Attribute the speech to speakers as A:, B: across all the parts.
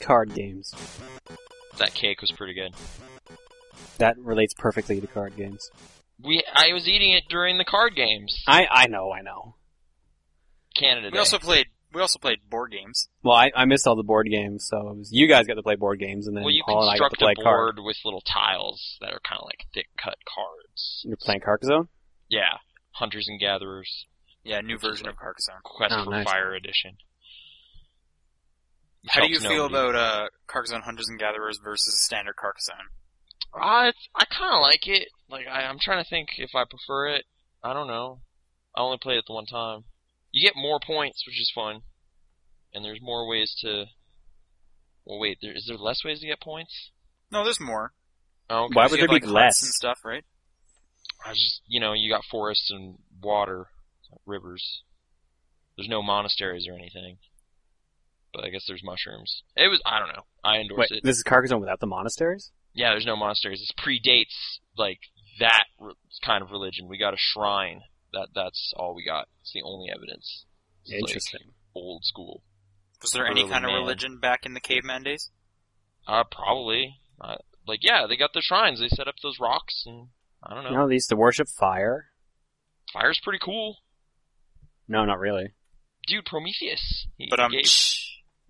A: card games.
B: That cake was pretty good.
A: That relates perfectly to card games.
B: We I was eating it during the card games.
A: I, I know, I know.
B: Canada Day.
C: We also played. We also played board games.
A: Well, I, I missed all the board games, so it was you guys got to play board games, and then
B: well, you
A: Paul and I got to
B: construct
A: play
B: a
A: cards.
B: board with little tiles that are kind of like thick cut cards.
A: You're playing Carcassonne.
B: Yeah, hunters and gatherers,
C: Yeah, new version of Carcassonne.
B: Quest
A: Oh,
B: for
A: nice.
B: Fire edition.
C: How do you
B: Helps
C: feel
B: nobody.
C: about uh, Carcassonne Hunters and Gatherers versus standard Carcassonne?
B: Uh, it's, I kind of like it. Like I, I'm trying to think if I prefer it. I don't know. I only played it the one time. You get more points, which is fun, and there's more ways to. Well, wait. There, is there less ways to get points?
C: No, there's more.
B: Oh, okay.
A: Why
C: 'Cause
A: would
C: you
A: there
C: have,
A: be
C: like, huts
A: less?
C: and stuff, right?
B: I was just you know you got forests and water, rivers. There's no monasteries or anything. But I guess there's mushrooms. It was I don't know. I endorse
A: Wait,
B: it.
A: this is Carcassonne without the monasteries.
B: yeah, there's no monasteries. This predates like that re- kind of religion. We got a shrine. That that's all we got. It's the only evidence. It's like
A: Interesting.
B: old school.
C: Was there any
B: Early
C: kind of
B: man.
C: religion back in the caveman days?
B: Uh, probably. Uh, like yeah, they got the shrines. They set up those rocks and I don't know.
A: No, they used to worship fire.
B: Fire's pretty cool,
A: No, not really.
B: dude. Prometheus. He
C: But um,
B: gave-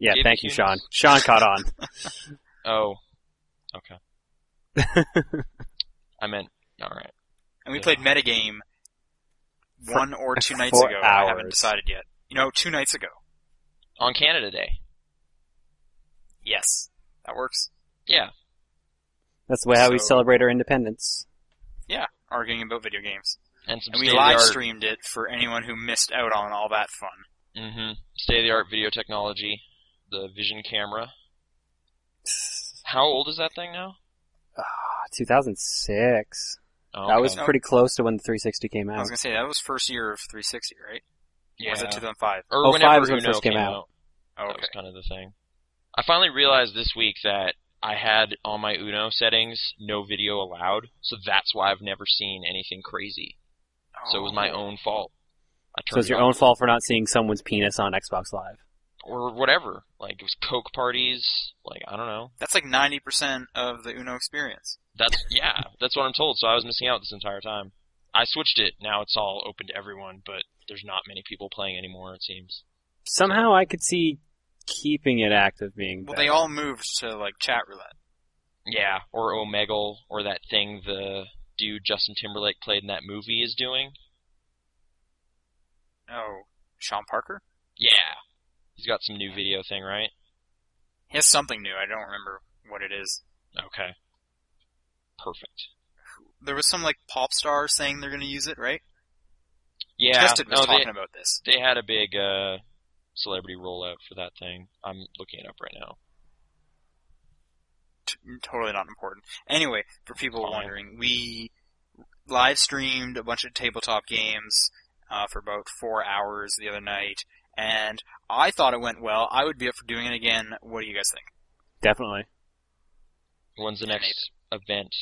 A: Yeah,
B: Gave
A: thank
B: the
A: you, Sean.
B: humans-
A: Sean caught on.
B: Oh, okay. I meant all right.
C: and we
B: yeah.
C: played metagame
A: For-
C: one or two nights
A: for
C: ago. I haven't
A: hours.
C: decided yet. You know, two nights ago.
B: On Canada Day.
C: Yes, that works.
B: Yeah,
A: That's the way how we
C: So-
A: celebrate our independence.
C: Arguing about video games,
B: and some
C: and we
B: state of the
C: live
B: art.
C: streamed it for anyone who missed out on all that fun.
B: hmm State of the art video technology, the Vision camera. How old is that thing now?
A: Ah, 2006.
B: Oh,
A: That
B: okay.
A: was pretty close to when the 360 came
C: I was
A: out.
C: gonna say that was first year of 360, right? Or
B: yeah.
C: Was it 2005?
B: or
A: 05
B: whenever
A: was oh, when it
B: Uno
A: first came
B: came
A: out.
C: Oh,
B: That
C: okay.
B: was kind of the thing. I finally realized this week that I had on my Uno settings no video allowed, so that's why I've never seen anything crazy. So it was my
C: Oh.
B: own fault.
A: So
B: I
A: it's
B: turned it
A: your
B: off.
A: own fault for not seeing someone's penis on Xbox Live.
B: or whatever. Like it was coke parties. Like I don't know.
C: That's like 90% of the Uno experience.
B: That's yeah. That's what I'm told. So I was missing out this entire time. I switched it. Now it's all open to everyone, but there's not many people playing anymore. It seems.
A: Somehow I could see keeping it active being
C: Well,
A: better.
C: they all moved to like chat roulette.
B: Yeah, or Omegle, or that thing the dude Justin Timberlake played in that movie is doing.
C: Oh, Sean Parker?
B: Yeah, he's got some new video thing, right?
C: He has something new. I don't remember what it is.
B: Okay. Perfect.
C: There was some like pop star saying they're going to use it, right?
B: Yeah.
C: Tested was
B: no,
C: talking
B: they,
C: about this.
B: they had a big uh, celebrity rollout for that thing. I'm looking it up right now.
C: T- totally not important. Anyway, for people
B: Fine.
C: wondering, we live streamed a bunch of tabletop games uh, for about four hours the other night, and I thought it went well. I would be up for doing it again. What do you guys think?
A: Definitely.
B: When's the
C: Yeah,
B: next event?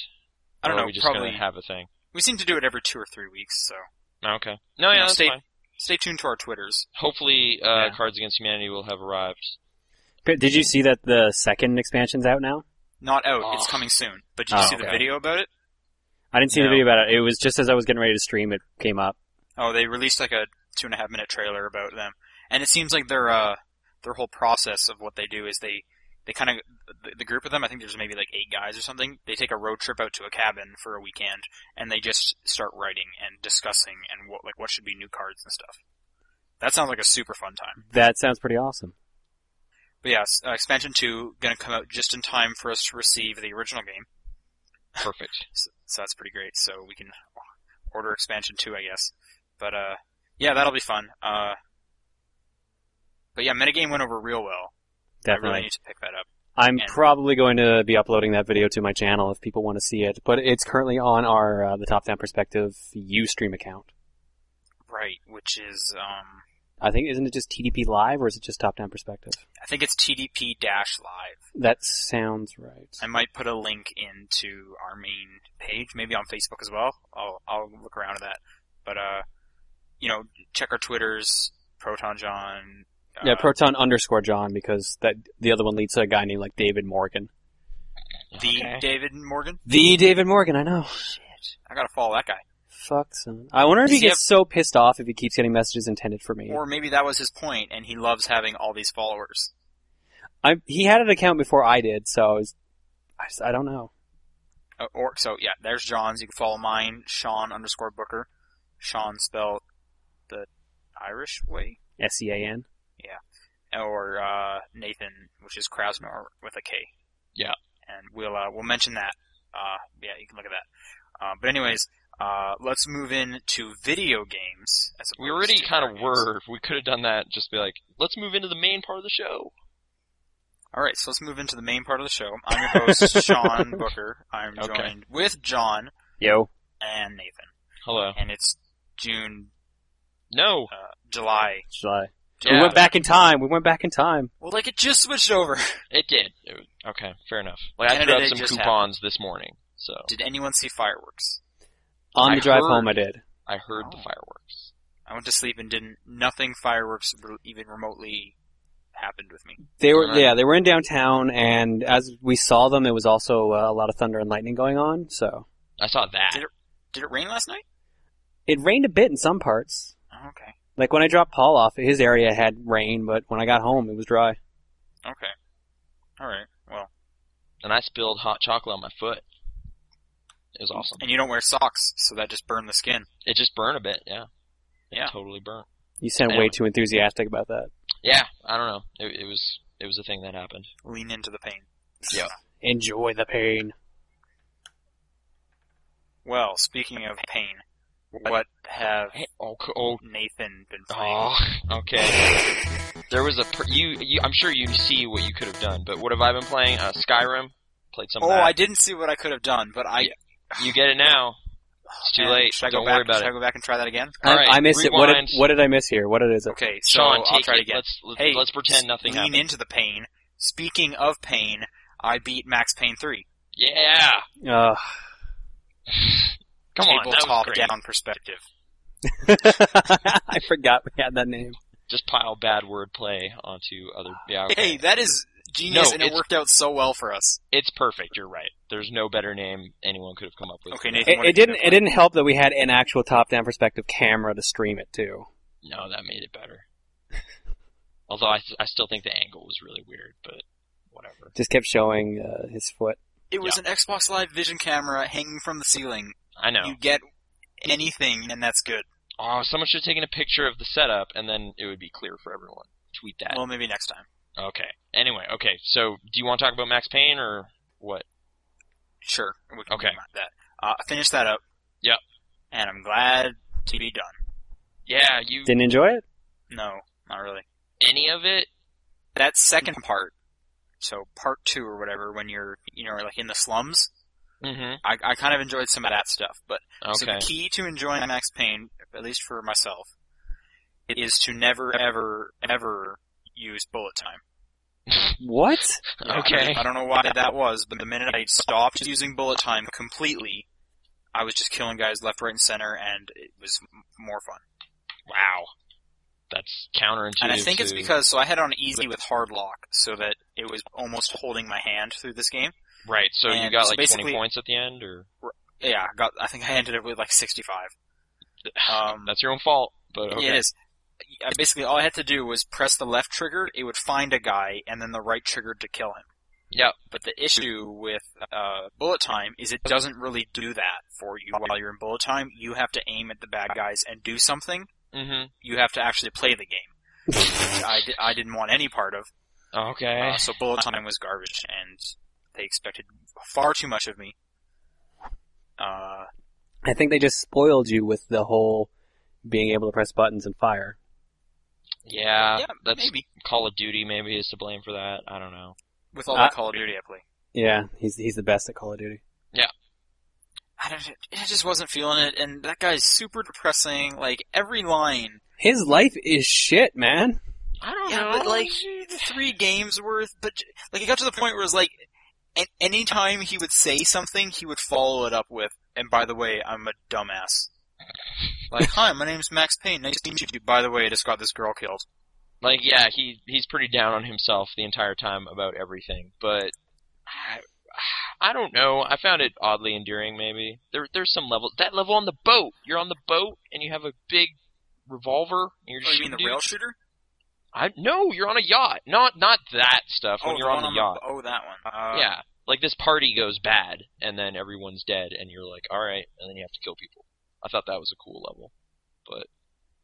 C: I don't
B: or
C: know.
B: Are we just
C: probably
B: gonna have a thing.
C: we seem to do it every two or three weeks, so
B: Okay. No, yeah,
C: No,
B: that's
C: stay-
B: fine.
C: stay tuned to our twitters.
B: Hopefully, uh,
C: Yeah.
B: Cards Against Humanity will have arrived.
A: Okay, Did you see that the second expansion's out now?
C: Not out. It's
B: Oh.
C: coming soon. But did you
A: Oh,
C: see the
B: okay.
C: video about it?
A: I didn't see the
B: No.
A: video about it. It was just as I was getting ready to stream, it came up.
C: Oh, they released like a two and a half minute trailer about them, and it seems like their uh their whole process of what they do is they they kind of the, the group of them. I think there's maybe like eight guys or something. They take a road trip out to a cabin for a weekend, and they just start writing and discussing and what like what should be new cards and stuff. That sounds like a super fun time.
A: That sounds pretty awesome.
C: But yeah, s- uh, expansion two gonna come out just in time for us to receive the original game.
B: Perfect.
C: so, so that's pretty great. So we can order expansion two, I guess. But uh, yeah, that'll be fun. Uh, but yeah, metagame went over real well. I
A: Definitely.
C: really need to pick that up.
A: I'm
C: and-
A: probably going to be uploading that video to my channel if people want to see it, but it's currently on our uh, the Top Down Perspective Ustream account.
C: Right, which is um,
A: I think isn't it just TDP Live or is it just Top Down Perspective?
C: I think it's TDP dash live.
A: That sounds right.
C: I might put a link into our main page, maybe on Facebook as well. I'll I'll look around at that. But uh, you know, check our Twitters, Proton John, uh,
A: Yeah,
C: uh,
A: Proton underscore John because that the other one leads to a guy named like David Morgan.
C: the
B: Okay.
C: David Morgan.
A: The David Morgan, I know.
C: I gotta follow that guy.
A: Fuck son. I wonder if he
C: Does he
A: gets so pissed off if he keeps getting messages intended for me.
C: Or maybe that was his point, and he loves having all these followers.
A: I he had an account before I did, so I, was, I, just- I don't know.
C: Uh, or so yeah, there's John's. You can follow mine, Sean underscore Booker. Sean spelled the Irish way,
A: S E A N.
C: or uh, Nathan, which is Krasnor with a K.
B: Yeah.
C: and we'll uh, we'll mention that. Uh, yeah, you can look at that. Uh, but anyways, uh, let's move in to video games. As
B: We
C: opposed
B: already
C: to
B: kind
C: card
B: of
C: games.
B: were. We could have done that. Just be like, let's move into the main part of the show.
C: All right, so let's move into the main part of the show. I'm your host, Sean Booker. I'm
B: Okay.
C: joined with John
A: Yo.
C: and Nathan,
B: Hello.
C: and it's June,
B: No.
C: uh, July.
A: July.
B: Yeah.
A: We went back in time. We went back in time.
C: Well, like it just switched over.
B: It did. It was- okay, fair enough. Like I
C: And
B: threw
C: it
B: out some
C: just
B: coupons this morning, so
C: Did anyone see fireworks?
A: On
B: I
A: the drive
B: heard-
A: home, I did.
B: I heard the
C: Oh.
B: fireworks.
C: I went to sleep and didn't. Nothing fireworks re- even remotely happened with me.
A: They were
B: Alright.
A: yeah, they were in downtown, and as we saw them, it was also uh, a lot of thunder and lightning going on. So
B: I saw that.
C: Did Did it rain last night?
A: it rained a bit in some parts.
C: Oh, okay.
A: Like when I dropped Paul off, his area had rain, but when I got home, it was dry.
C: Okay. All right. Well,
B: and I spilled hot chocolate on my foot. It was awesome.
C: and you don't wear socks, so that just burned the skin.
B: It just burned a bit, yeah. It
C: Yeah.
B: Totally burnt.
A: You sound
B: Anyway.
A: way too enthusiastic about that.
B: Yeah, I don't know. It, it was it was a thing that happened.
C: Lean into the pain.
B: Yeah.
A: Enjoy the pain.
C: Well, speaking of pain, what have
B: Hey, oh, c- oh,
C: Nathan been playing?
B: oh, okay. There was a pr- you, you. I'm sure you see what you could have done, but what have I been playing? Uh, Skyrim. Played some.
C: Oh,
B: of that.
C: I didn't see what I could have done, but I. Oh,
B: You get it now. It's too
C: Man,
B: late.
C: Should I go
B: Don't
C: back?
B: worry about
C: should
B: it.
C: I go back and try that again?
A: I,
B: Alright,
A: I missed it. What
B: rewind.
A: did, what did I miss here? What it is?
C: Okay, so
B: Sean,
C: I'll
B: take
C: try
B: it.
C: it again.
B: Let's let's,
C: Hey,
B: let's pretend nothing
C: lean
B: happened.
C: into the pain. Speaking of pain, I beat Max Payne 3.
B: Yeah.
A: Uh,
B: Come on, that was
C: Tabletop
B: great.
C: down perspective.
A: I forgot we had that name.
B: Just pile bad wordplay onto other. Yeah. okay.
C: Hey, that is genius,
B: No,
C: and it
B: it's-
C: worked out so well for us.
B: It's perfect. You're right. There's no better name anyone could have come up with.
C: Okay, Nathan.
A: It,
C: what
A: it
C: did you
A: didn't.
C: do?
A: It didn't help that we had an actual top-down perspective camera to stream it to.
B: No, that made it better. Although I, I still think the angle was really weird, but whatever.
A: Just kept showing uh, his foot.
C: It was an Xbox Live Vision camera hanging from the ceiling.
B: I know.
C: You get anything, and that's good.
B: oh, someone should have taken a picture of the setup, and then it would be clear for everyone. Tweet that.
C: Well, maybe next time.
B: okay. Anyway, okay. So, do you want to talk about Max Payne or what?
C: Sure. We can
B: Okay.
C: do That. Uh, finish that up.
B: Yep.
C: And I'm glad to be done.
B: Yeah, you
A: Didn't enjoy it.
C: No, not really.
B: any of it?
C: that second part, so part two or whatever, when you're you know like in the slums,
B: Mm-hmm.
C: I, I kind of enjoyed some of that stuff. But so
B: Okay.
C: the key to enjoying Max Payne, at least for myself, is to never ever ever use bullet time.
A: What?
C: Yeah,
B: okay.
C: I, I don't know why that was, but the minute I stopped using bullet time completely, I was just killing guys left, right, and center, and it was m- more fun.
B: Wow. That's counterintuitive.
C: And I think it's
B: to-
C: because so I had on easy with hard lock, so that it was almost holding my hand through this game.
B: right. So you
C: and
B: got
C: so
B: like 20
C: basically-
B: points at the end, or
C: yeah, I got. I think I ended up with like 65. Um,
B: that's your own fault. But okay.
C: It is. I- Basically, all I had to do was press the left trigger. It would find a guy, and then the right trigger to kill him.
B: Yeah.
C: But the issue with uh, bullet time is it doesn't really do that for you while you're in bullet time. You have to aim at the bad guys and do something.
B: Mm-hmm.
C: You have to actually play the game. which I, di- I didn't want any part of.
B: Okay.
C: Uh, so bullet time was garbage, and they expected far too much of me. Uh,
A: I think they just spoiled you with the whole being able to press buttons and fire.
B: yeah,
C: yeah,
B: Uh, that's
C: maybe
B: Call of Duty maybe is to blame for that. I don't know.
C: with all
A: Uh,
C: the Call of Duty I play.
A: Yeah, he's he's the best at Call of Duty.
C: I don't. I just wasn't feeling it, and that guy's super depressing. Like every line,
A: His life is shit, man.
B: I don't
C: Yeah,
B: know.
C: but, like, three games worth. But j- like, it got to the point where it was like, an- any time he would say something, he would follow it up with, "And by the way, I'm a dumbass." Like, hi, my name's Max Payne. Nice to meet you. By the way, I just got this girl killed.
B: Like, yeah, he he's pretty down on himself the entire time about everything, but I, I don't know. I found it oddly endearing. Maybe there there's some level that level on the boat. You're on the boat and you have a big revolver. And you're
C: Oh, you mean
B: shooting
C: the
B: dudes.
C: rail shooter?
B: I no, you're on a yacht. Not not that stuff.
C: Oh,
B: when you're
C: the
B: on
C: one
B: the yacht,
C: Oh, that one. Uh,
B: yeah. Like this party goes bad, and then everyone's dead, and you're like, all right, and then you have to kill people. I thought that was a cool level, but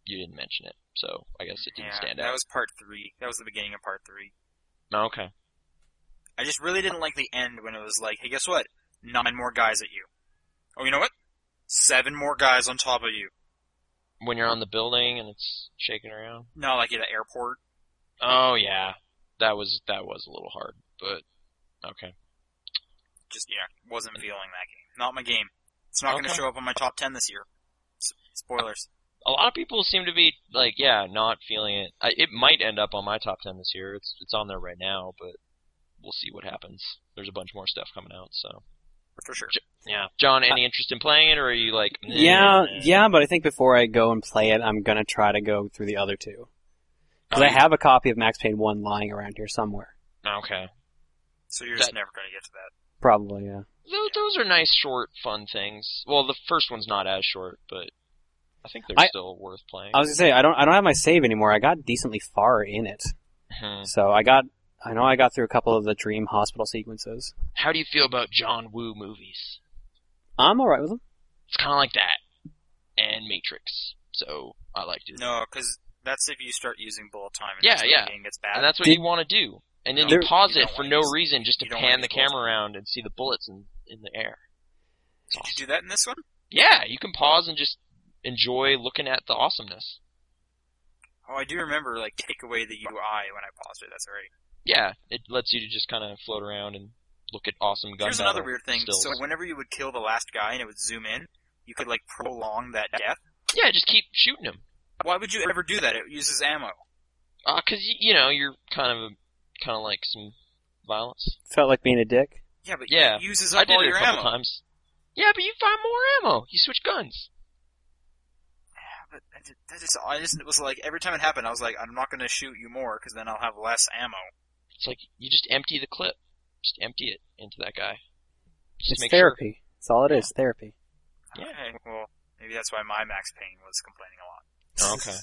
B: you didn't mention it, so I guess it didn't
C: yeah,
B: stand
C: That
B: out.
C: was part three. That was the beginning of part three.
B: No, okay.
C: I just really didn't like the end when it was like, hey, guess what? Nine more guys at you. Oh, you know what? Seven more guys on top of you.
B: When you're on the building and it's shaking around.
C: No, like at the airport.
B: Oh yeah, that was that was a little hard, but okay.
C: Just yeah, wasn't feeling that game. Not my game. It's not going
B: Okay.
C: to show up on my top ten this year. S- spoilers.
B: A lot of people seem to be like, yeah, not feeling it. I, it might end up on my top ten this year. It's it's on there right now, but we'll see what happens. There's a bunch more stuff coming out, so
C: For sure.
B: yeah. John, any interest in playing it, or are you like? "Nah,
A: Yeah,
B: nah."
A: yeah, but I think before I go and play it, I'm gonna try to go through the other two because I
B: Okay.
A: have a copy of Max Payne one lying around here somewhere.
B: Okay.
C: So you're just
B: That-
C: never going to get to that.
A: Probably, yeah.
B: Those, those are nice, short, fun things. Well, the first one's not as short, but I think they're
A: I-
B: still worth playing.
A: I was gonna say I don't, I don't have my save anymore. I got decently far in it,
B: Hmm.
A: so I got, I know I got through a couple of the dream hospital sequences.
B: How do you feel about John Woo movies?
A: I'm all right with them.
B: It's kind of like that and Matrix. So I liked it.
C: No, because that's if you start using bullet time. And
B: Yeah,
C: that's when
B: yeah.
C: The game gets bad.
B: and that's what
A: Did-
B: you want to do. And then
C: No,
B: you
A: you
B: pause
C: don't
B: it for
C: want
B: no
C: these-
B: reason just to
C: you don't
B: pan
C: want
B: the
C: these bullets.
B: camera around and see the bullets in, in the air. It's
C: Did
B: awesome.
C: you do that in this one?
B: Yeah, you can pause and just enjoy looking at the awesomeness.
C: Oh, I do remember. Like take away the UI when I paused it. That's all right.
B: Yeah, it lets you to just kind of float around and look at awesome guns.
C: Here's another weird thing. So whenever you would kill the last guy and it would zoom in, you could like prolong that death.
B: yeah, just keep shooting them.
C: Why would you ever do that? It uses ammo.
B: Uh 'cause y you know you're kind of a, kind of like some violence.
A: Felt like being a dick.
C: Yeah, but
B: Yeah.
C: it uses
B: I
C: up
B: did
C: all
B: it a
C: your
B: couple
C: ammo.
B: times. Yeah, but you find more ammo. You switch guns.
C: Yeah, but that ju- that just, I just it was like every time it happened, I was like, I'm not going to shoot you more because then I'll have less ammo.
B: It's like you just empty the clip, just empty it into that guy. Just
A: it's
B: make
A: therapy. It's all it is.
B: Yeah.
A: Therapy.
B: Yeah.
C: Okay, well maybe that's why my Max Payne was complaining a lot.
B: Oh, okay.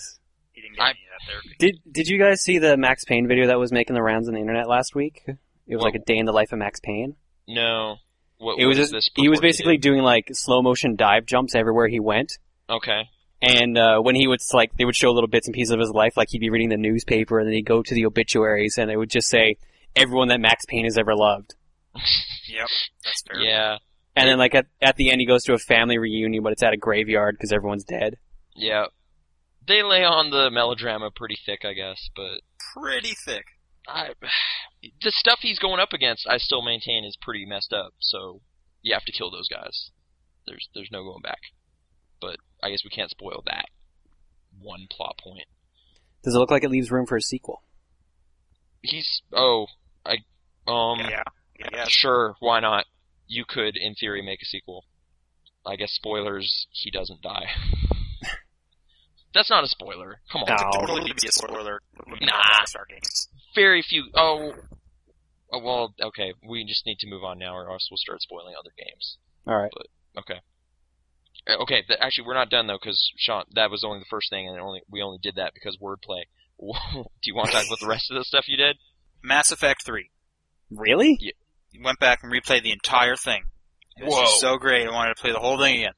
C: He didn't get
B: I-
C: any of that therapy.
A: Did Did you guys see the Max Payne video that was making the rounds on the internet last week? It was
B: What-
A: like a day in the life of Max Payne.
B: Sure. No, what
A: it was
B: what
A: just
B: this?
A: he was
B: purported
A: basically
B: to
A: doing like slow motion dive jumps everywhere he went.
B: do? okay.
A: And uh, when he would like, they would show little bits and pieces of his life, like he'd be reading the newspaper, and then he'd go to the obituaries, and it would just say everyone that Max Payne has ever loved.
C: Yep, that's fair.
B: Yeah,
A: And then like at at the end, he goes to a family reunion, but it's at a graveyard because everyone's dead.
B: yeah. They lay on the melodrama pretty thick, I guess, but
C: Pretty thick.
B: I, the stuff he's going up against, I still maintain is pretty messed up. So you have to kill those guys. There's there's no going back. But I guess we can't spoil that one plot point.
A: Does it look like it leaves room for a sequel?
B: He's oh I um.
C: Yeah, yeah. yeah.
B: Sure, why not? You could, in theory, make a sequel. I guess spoilers, he doesn't die. That's not a spoiler. Come on.
A: No.
C: Totally be a spoiler.
B: Nah.
C: Star games.
B: Very few. Oh. oh, Well, okay. We just need to move on now, or else we'll start spoiling other games.
A: All right.
B: Okay. Uh, Okay. Th- actually, we're not done though, because Sean, that was only the first thing, and only we only did that because wordplay. Do you want to talk about the rest of the stuff you did?
C: Mass Effect Three.
A: Really?
C: went back and replayed the entire thing. It was
B: Whoa.
C: just so great. I wanted to play the whole thing again.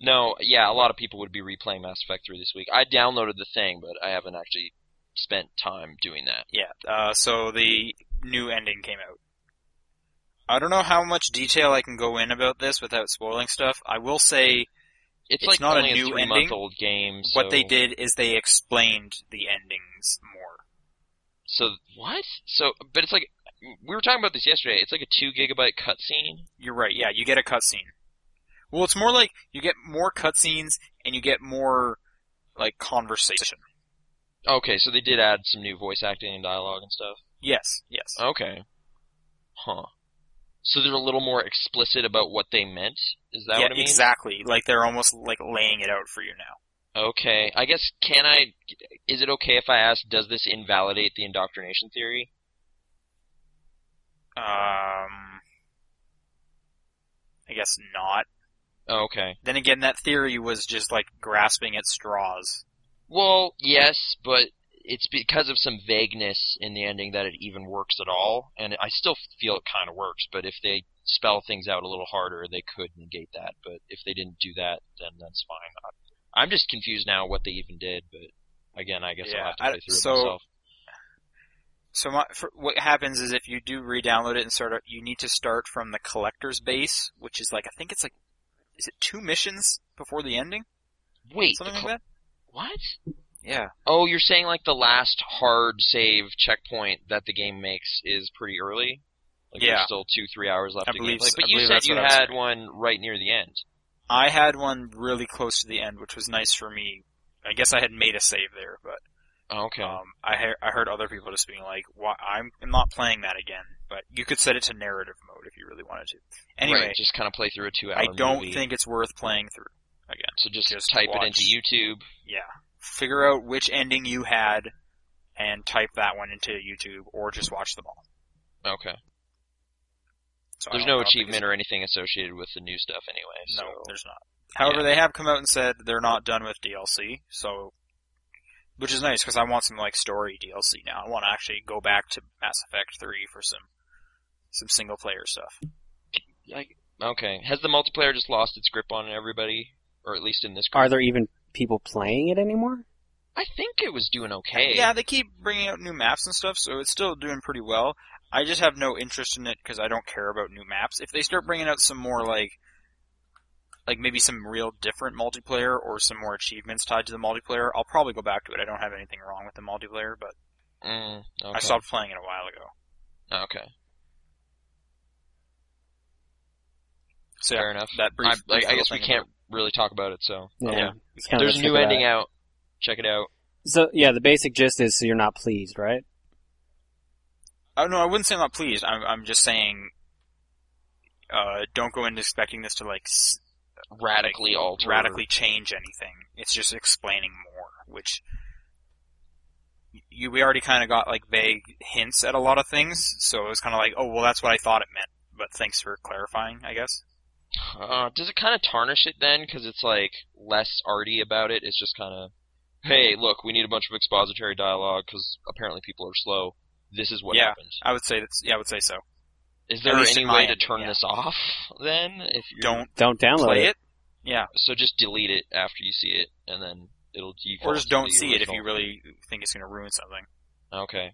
B: No, yeah, a lot of people would be replaying Mass Effect 3 this week. I downloaded the thing, but I haven't actually spent time doing that.
C: Yeah. Uh, so the new ending came out. I don't know how much detail I can go in about this without spoiling stuff. I will say
B: It's,
C: It's
B: like
C: not a
B: only
C: new
B: three
C: ending.
B: month old game. So,
C: what they did is they explained the endings more.
B: So what? So, but it's like we were talking about this yesterday. It's like a two gigabyte cutscene.
C: You're right. Yeah, you get a cutscene. Well, it's more like you get more cutscenes and you get more like conversation.
B: Okay, so they did add some new voice acting and dialogue and stuff.
C: Yes. Yes.
B: Okay. Huh. So they're a little more explicit about what they meant. Is that
C: yeah,
B: what I mean?
C: exactly. Like they're almost like laying it out for you now.
B: Okay, I guess can I? Is it okay if I ask? Does this invalidate the indoctrination theory?
C: Um, I guess not.
B: Oh, okay.
C: Then again, that theory was just like grasping at straws.
B: Well, yes, but it's because of some vagueness in the ending that it even works at all, and I still feel it kind of works. But if they spell things out a little harder, they could negate that. But if they didn't do that, then that's fine. I- I'm just confused now what they even did. But again, I guess
C: Yeah,
B: I'll have to
C: I-
B: play through
C: so-
B: it myself.
C: So my, for, what happens is if you do re-download it and start, up- you need to start from the collector's base, which is like I think it's like, is it two missions before the ending?
B: Wait, the
C: Something
B: cl-
C: like that.
B: what?
C: Yeah.
B: Oh, you're saying like the last hard save checkpoint that the game makes is pretty early. Like
C: Yeah.
B: there's still two, three hours left.
C: I
B: of
C: believe
B: gameplay.
C: s-
B: But
C: I
B: you
C: believe
B: said
C: that's
B: you
C: what I was
B: had one right near the end.
C: I had one really close to the end, which was nice for me. I guess I had made a save there, but
B: Oh, okay.
C: Um, I hear I heard other people just being like, "Why I'm, I'm not playing that again." But you could set it to narrative mode if you really wanted to. Anyway,
B: right, just kind of play through a two-hour.
C: I don't
B: movie.
C: think it's worth playing through.
B: so. Just,
C: just
B: type
C: watch.
B: it into YouTube.
C: Yeah, figure out which ending you had, and type that one into YouTube, or just watch them all.
B: Okay.
C: So I
B: There's
C: don't- I
B: no
C: don't think
B: achievement or anything associated with the new stuff, anyway.
C: it's-
B: So.
C: No, there's not. However, they have come out and said they're not done with DLC, so which is nice because I want some like story DLC now. I want to actually go back to Mass Effect Three for some some single player stuff.
B: Like, okay. Has the multiplayer just lost its grip on everybody, or at least in this group?
A: Are there even people playing it anymore?
B: I think it was doing okay.
C: Yeah, they keep bringing out new maps and stuff, so it's still doing pretty well. I just have no interest in it because I don't care about new maps. If they start bringing out some more like, like maybe some real different multiplayer or some more achievements tied to the multiplayer, I'll probably go back to it. I don't have anything wrong with the multiplayer, but
B: Mm, okay.
C: I stopped playing it a while ago.
B: Okay.
C: So yeah,
B: Fair enough.
C: that brief.
B: I, like,
C: brief
B: I
C: little
B: guess we
C: thing
B: can't really talk about it. So
C: Yeah.
A: It's kinda
B: there's
A: let's
B: a
A: look
B: new
A: at that.
B: ending out. Check it out.
A: So yeah, the basic gist is so you're not pleased, right?
C: about- Oh no, I wouldn't say I'm not pleased. I'm, I'm just saying. Uh, don't go in expecting this to like s-
B: Radically alter.
C: radically change anything. It's just explaining more, which you we already kind of got like vague hints at a lot of things, so it was kind of like, oh well, that's what I thought it meant. But thanks for clarifying, I guess.
B: Uh, does it kind of tarnish it then? Because it's like less arty about it. It's just kind of, hey, look, we need a bunch of expository dialogue because apparently people are slow. This is what
C: Yeah.
B: happened.
C: I would say that's yeah, I would say so.
B: Is there
C: least
B: any
C: in my
B: way to
C: end,
B: turn
C: yeah.
B: this off then? If you
C: Don't
A: Don't download
C: play
A: it.
C: it, yeah,
B: so, just delete it after you see it, and then it'll default.
C: or just
B: to
C: don't
B: the
C: see it if
B: original.
C: you really think it's going to ruin something.
B: Okay.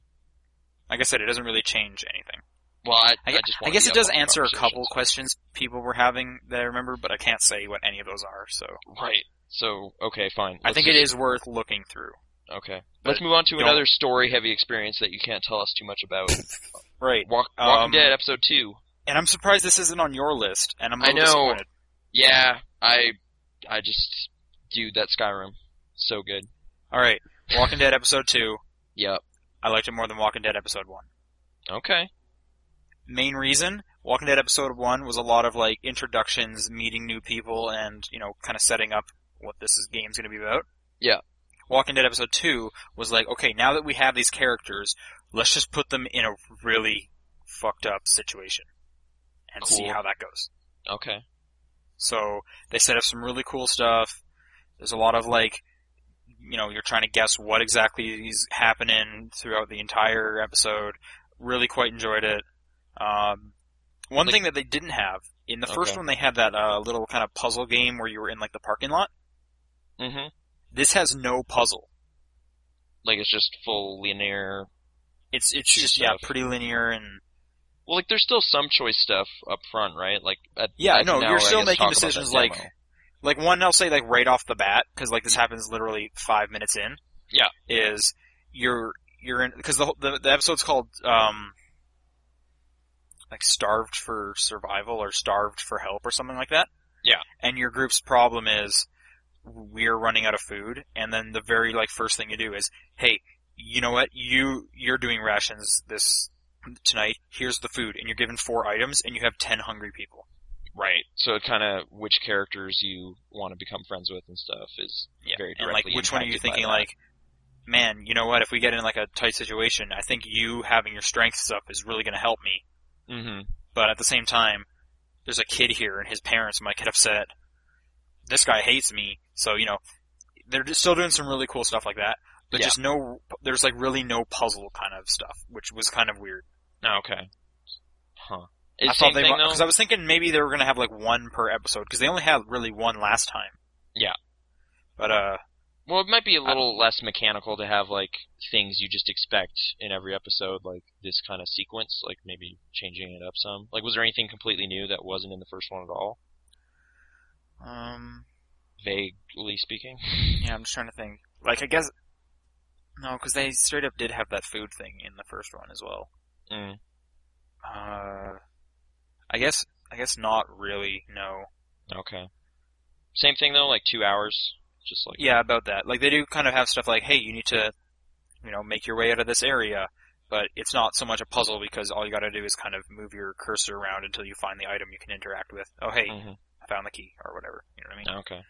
C: Like I said, it doesn't really change anything.
B: Well, I,
C: I,
B: I
C: gue-
B: just.
C: I
B: wanna
C: guess
B: be
C: it
B: up
C: does
B: on the
C: answer a couple
B: conversation, so-
C: questions people were having that I remember, but I can't say what any of those are. So
B: Right. So okay, fine.
C: I think it is worth looking through.
B: Okay.
C: But
B: Let's move on to
C: don't-
B: another story-heavy experience that you can't tell us too much about.
C: Right,
B: Walk,
C: Um,
B: Walking Dead episode two.
C: and I'm surprised this isn't on your list, and I'm a
B: I
C: little
B: know.
C: disappointed.
B: Yeah, I, I just, dude, that Skyrim, so good.
C: All right, Walking Dead episode two.
B: Yep.
C: I liked it more than Walking Dead episode one.
B: Okay.
C: Main reason: Walking Dead episode one was a lot of like introductions, meeting new people, and you know, kind of setting up what this is, game's going to be about.
B: Yeah.
C: Walking Dead episode two was like, okay, now that we have these characters, let's just put them in a really fucked up situation and see
B: Cool.
C: how that goes.
B: Okay.
C: So they set up some really cool stuff. There's a lot of like, you know, you're trying to guess what exactly is happening throughout the entire episode. Really quite enjoyed it. Um, one
B: Like-
C: thing that they didn't have in the first
B: Okay.
C: one, they had that uh, little kind of puzzle game where you were in like the parking lot. Mm-hmm.
B: Mhm.
C: This has no puzzle.
B: Like it's just full linear.
C: It's it's
B: Shoot
C: just
B: stuff.
C: yeah, pretty linear and
B: Well, like there's still some choice stuff up front, right? Like at,
C: Yeah,
B: I
C: no,
B: can now,
C: you're
B: I
C: still
B: guess,
C: making
B: talk about
C: decisions
B: that
C: like-
B: demo.
C: like one I'll say like right off the bat because like this happens literally five minutes in.
B: Yeah.
C: is you're you're in because the, whole- the the episode's called um like starved for survival or starved for help or something like that.
B: Yeah.
C: and your group's problem is we're running out of food, and then the very like first thing you do is hey, you know what you you're doing rations this tonight. Here's the food, and you're given four items, and you have ten hungry people.
B: right. So it kind of which characters you want to become friends with and stuff is
C: Yeah.
B: very
C: and
B: directly.
C: like, which one are you
B: impacted by
C: thinking?
B: that.
C: Like, man, you know what? If we get in like a tight situation, I think you having your strengths up is really going to help me.
B: Mhm.
C: But at the same time, there's a kid here, and his parents might get upset. This guy hates me, so you know, they're just still doing some really cool stuff like that. But
B: Yeah.
C: just no, there's like really no puzzle kind of stuff, which was kind of weird.
B: Oh, okay. Huh. Is
C: I
B: same
C: thought they
B: thing,
C: because
B: though?
C: I was thinking maybe they were gonna have like one per episode because they only had really one last time.
B: Yeah.
C: But uh,
B: Well, it might be a little less mechanical to have like things you just expect in every episode, like this kind of sequence, like maybe changing it up some. Like, was there anything completely new that wasn't in the first one at all?
C: um,
B: Vaguely speaking.
C: yeah, I'm just trying to think. Like I guess no, because they straight up did have that food thing in the first one as well.
B: Mm.
C: Uh, I guess I guess not really. No.
B: Okay. Same thing though, like two hours, just like
C: Yeah, about that. Like they do kind of have stuff like, hey, you need to, you know, make your way out of this area. But it's not so much a puzzle because all you got to do is kind of move your cursor around until you find the item you can interact with. Oh, hey,
B: Mhm.
C: I found the key or whatever. You know what I mean?
B: Okay.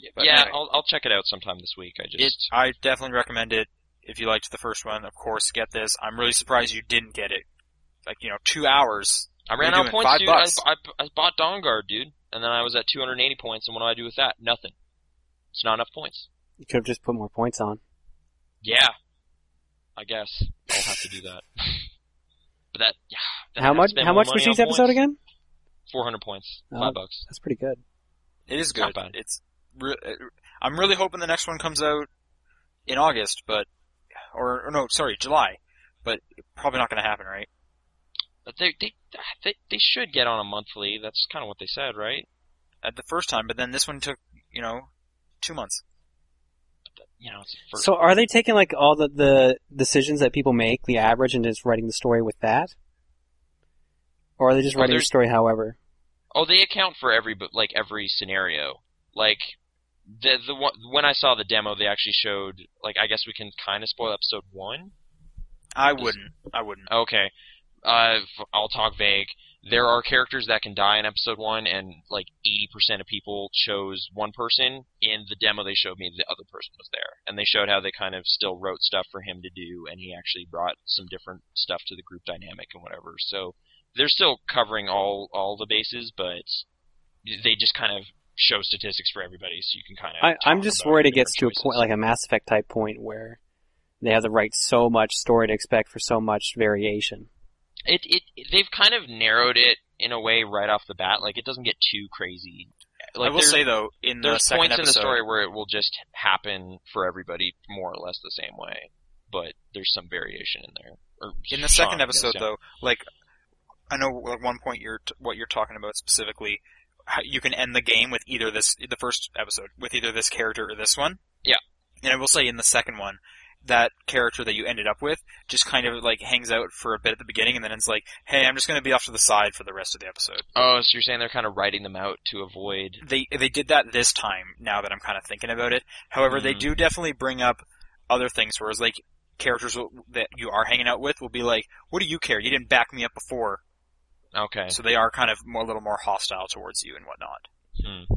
B: Yeah,
C: But anyway.
B: I'll I'll check it out sometime this week. I
C: It,
B: just
C: I definitely recommend it. If you liked the first one, of course, get this. I'm really surprised you didn't get it. Like you know, two hours.
B: I ran
C: what are
B: out
C: you
B: of
C: doing?
B: points,
C: Five
B: dude.
C: bucks?
B: I, I I bought Dawnguard, dude, and then I was at 280 points, and what do I do with that? Nothing. It's not enough points.
A: You could have just put more points on.
B: Yeah. I guess I'll have to do that. but that yeah. that-
A: how
B: I'd
A: much?
B: spend
A: How
B: more
A: much was
B: money on
A: each episode
B: points.
A: again?
B: 400 points.
A: Oh.
B: Five bucks.
A: That's pretty good.
C: It is
B: It's not
C: good.
B: bad.
C: It's. Re- uh, I'm really hoping the next one comes out in August, but or, or no, sorry, July. But probably not going to happen, right?
B: But they they they they should get on a monthly. That's kind of what they said, right?
C: At the first time, but then this one took you know two months.
B: You know, it's the first.
A: So are they taking like all the, the decisions that people make, the average, and just writing the story with that? Or are they just
B: Oh,
A: writing the
B: there's-
A: story however?
B: Oh, they account for every bu- like every scenario. Like the the one, when I saw the demo, they actually showed like I guess we can kind of spoil episode one.
C: I
B: Just-
C: wouldn't. I wouldn't.
B: Okay, uh, f- I'll talk vague. There are characters that can die in episode one, and like eighty percent of people chose one person. In the demo, they showed me the other person was there, and they showed how they kind of still wrote stuff for him to do, and he actually brought some different stuff to the group dynamic and whatever. So they're still covering all all the bases, but they just kind of show statistics for everybody, so you can kind of.
A: I, I'm
B: talk
A: just
B: about
A: worried
B: the
A: it gets to a
B: different
A: point,
B: choices.
A: like a Mass Effect type point, where they have to write so much story to expect for so much variation.
B: it, it they've kind of narrowed it in a way right off the bat. Like it doesn't get too crazy. Like
C: I will
B: there's-
C: say though, in the
B: there's
C: second
B: points in the
C: episode-
B: story where it will just happen for everybody more or less the same way, but there's some variation in there. Or
C: in the
B: Sean,
C: second
B: I guess,
C: episode
B: yeah.
C: though like i know at one point you're t- what you're talking about specifically how you can end the game with either this the first episode with either this character or this one
B: Yeah.
C: and i will say in the second one that character that you ended up with just kind of like hangs out for a bit at the beginning and then it's like hey i'm just going to be off to the side for the rest of the episode
B: Oh, so you're saying they're kind of writing them out to avoid?
C: they they did that this time. Now that I'm kind of thinking about it, however, they
B: Mhm.
C: do definitely bring up other things. Whereas like characters will, that you are hanging out with will be like, "What do you care? You didn't back me up before."
B: Okay.
C: So they are kind of more, a little more hostile towards you and whatnot.
B: Hmm.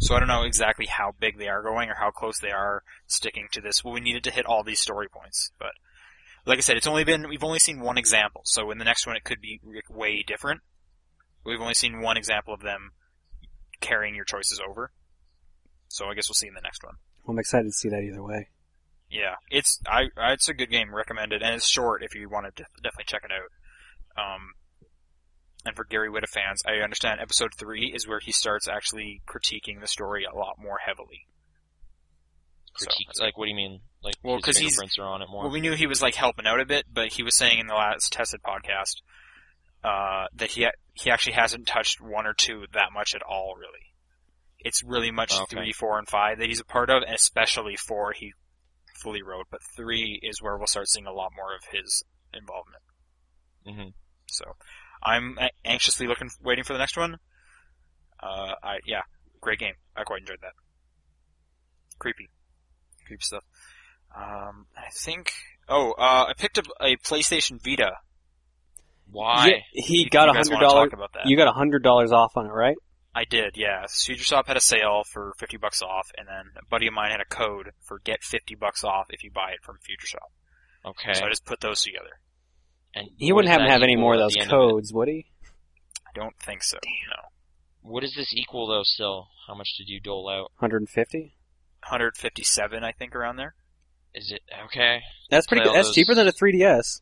C: So I don't know exactly how big they are going or how close they are sticking to this. Well, we needed to hit all these story points, but like I said, it's only been we've only seen one example. So in the next one, it could be like, way different. We've only seen one example of them carrying your choices over. So I guess we'll see in the next one.
A: Well, I'm excited to see that either way.
C: Yeah, it's I I- it's a good game, recommended, and it's short if you want to def- definitely check it out. Um, and for Gary Whitta fans, I understand episode three is where he starts actually critiquing the story a lot more heavily. So,
B: Critique.
C: that's-
B: like, what do you mean? Like,
C: Well,
B: his
C: 'cause he's-
B: fingerprints are on it more.
C: well, we knew he was like helping out a bit, but he was saying in the last tested podcast uh, that he he actually hasn't touched one or two that much at all, really. It's really much
B: Okay.
C: three, four, and five that he's a part of, and especially four he fully wrote. But three is where we'll start seeing a lot more of his involvement.
B: Mhm.
C: So I'm a- anxiously looking, waiting for the next one. Uh, I yeah, great game. I quite enjoyed that. Creepy, creepy stuff. Um, I think. Oh, uh, I picked up a PlayStation Vita.
B: Why?
A: Yeah, he
C: You-
A: got
C: you
A: a
C: guys
A: hundred
C: wanna
A: dollars.
C: Talk about that.
A: You got a hundred dollars off on it, right?
C: I did, yeah. Suture Shop had a sale for fifty bucks off, and then a buddy of mine had a code for get fifty bucks off if you buy it from Future Shop.
B: Okay.
C: So I just put those together.
B: And
A: He
B: what
A: wouldn't
B: does
A: have to
B: that
A: have any
B: equal
A: more of
B: at
A: those
B: the end it?
A: codes, would he?
C: I don't think so. No,
B: What does this equal though? Still, how much did you dole out?
A: Hundred and fifty.
C: hundred fifty-seven, I think, around there.
B: Is it okay?
A: That's pretty. good.
B: Play all
A: That's cheaper
B: those-
A: than a 3ds.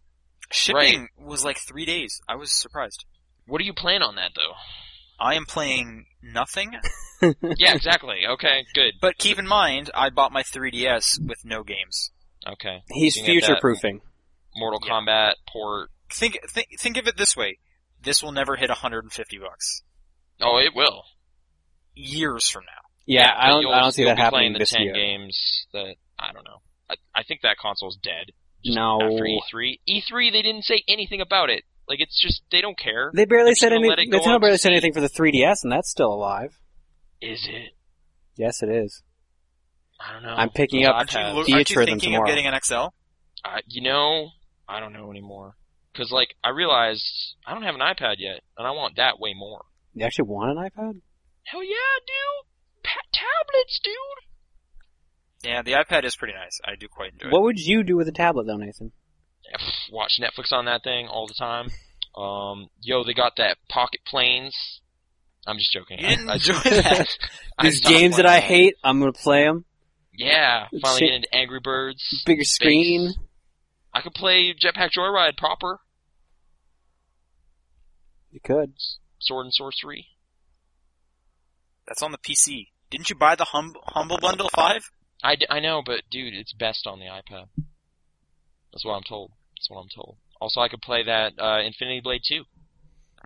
C: Shipping was like three days. I was surprised.
B: What do you plan on that though?
C: I am playing nothing,
B: yeah, exactly. Okay, good.
C: but keep in mind, I bought my 3DS with no games.
B: Okay,
A: He's
B: Looking at that.
A: future proofing.
B: Mortal
C: Yeah.
B: Kombat port.
C: Think, think, think of it this way: this will never hit hundred and fifty bucks
B: Oh, it will.
C: years from now.
A: Yeah, I
B: but
A: don't.
B: you'll-
A: I don't see
B: you'll
A: that
B: be
A: happening
B: playing the
A: this
B: 10
A: year.
B: games that I don't know. I, I think that console's dead. Just
A: No.
B: After E E3, E3 they didn't say anything about it. Like it's just they don't care.
A: They barely
B: They're
A: said
B: just gonna
A: anything.
B: let it go
A: Nintendo
B: out
A: barely
B: to
A: said
B: sea.
A: anything for the 3ds, and that's still alive.
B: Is it?
A: Yes, it is.
B: I don't know.
A: I'm picking
B: Those
A: up
B: odd
C: Aren't you,
B: pads.
C: lo- aren't
A: DS
C: you
A: rhythm
C: thinking
A: tomorrow.
C: of getting an XL?
B: I, you know, I don't know anymore. Cause like I realized I don't have an iPad yet, and I want that way more.
A: You actually want an iPad?
B: Hell yeah, dude! Pa- tablets, dude.
C: Yeah, the iPad is pretty nice. I do quite enjoy
A: What would you do with a tablet, though, Nathan?
B: Yeah, pff, Watch Netflix on that thing all the time. Um, yo, they got that pocket planes. I'm just joking.
C: it. You didn't
B: I- I-
C: enjoy that.
B: I
A: These
B: stopped
A: games that I
B: playing them.
A: hate, I'm gonna play them.
B: Yeah, finally
A: Shit.
B: get into Angry Birds.
A: Bigger
B: Space.
A: screen.
B: I could play Jetpack Joyride proper,
A: You could.
B: Sword and Sorcery.
C: That's on the PC. Didn't you buy the hum- Humble Bundle 5?
B: I, d- I know, but dude, it's best on the iPad. That's what I'm told. That's what I'm told. Also, I could play that uh, Infinity Blade 2.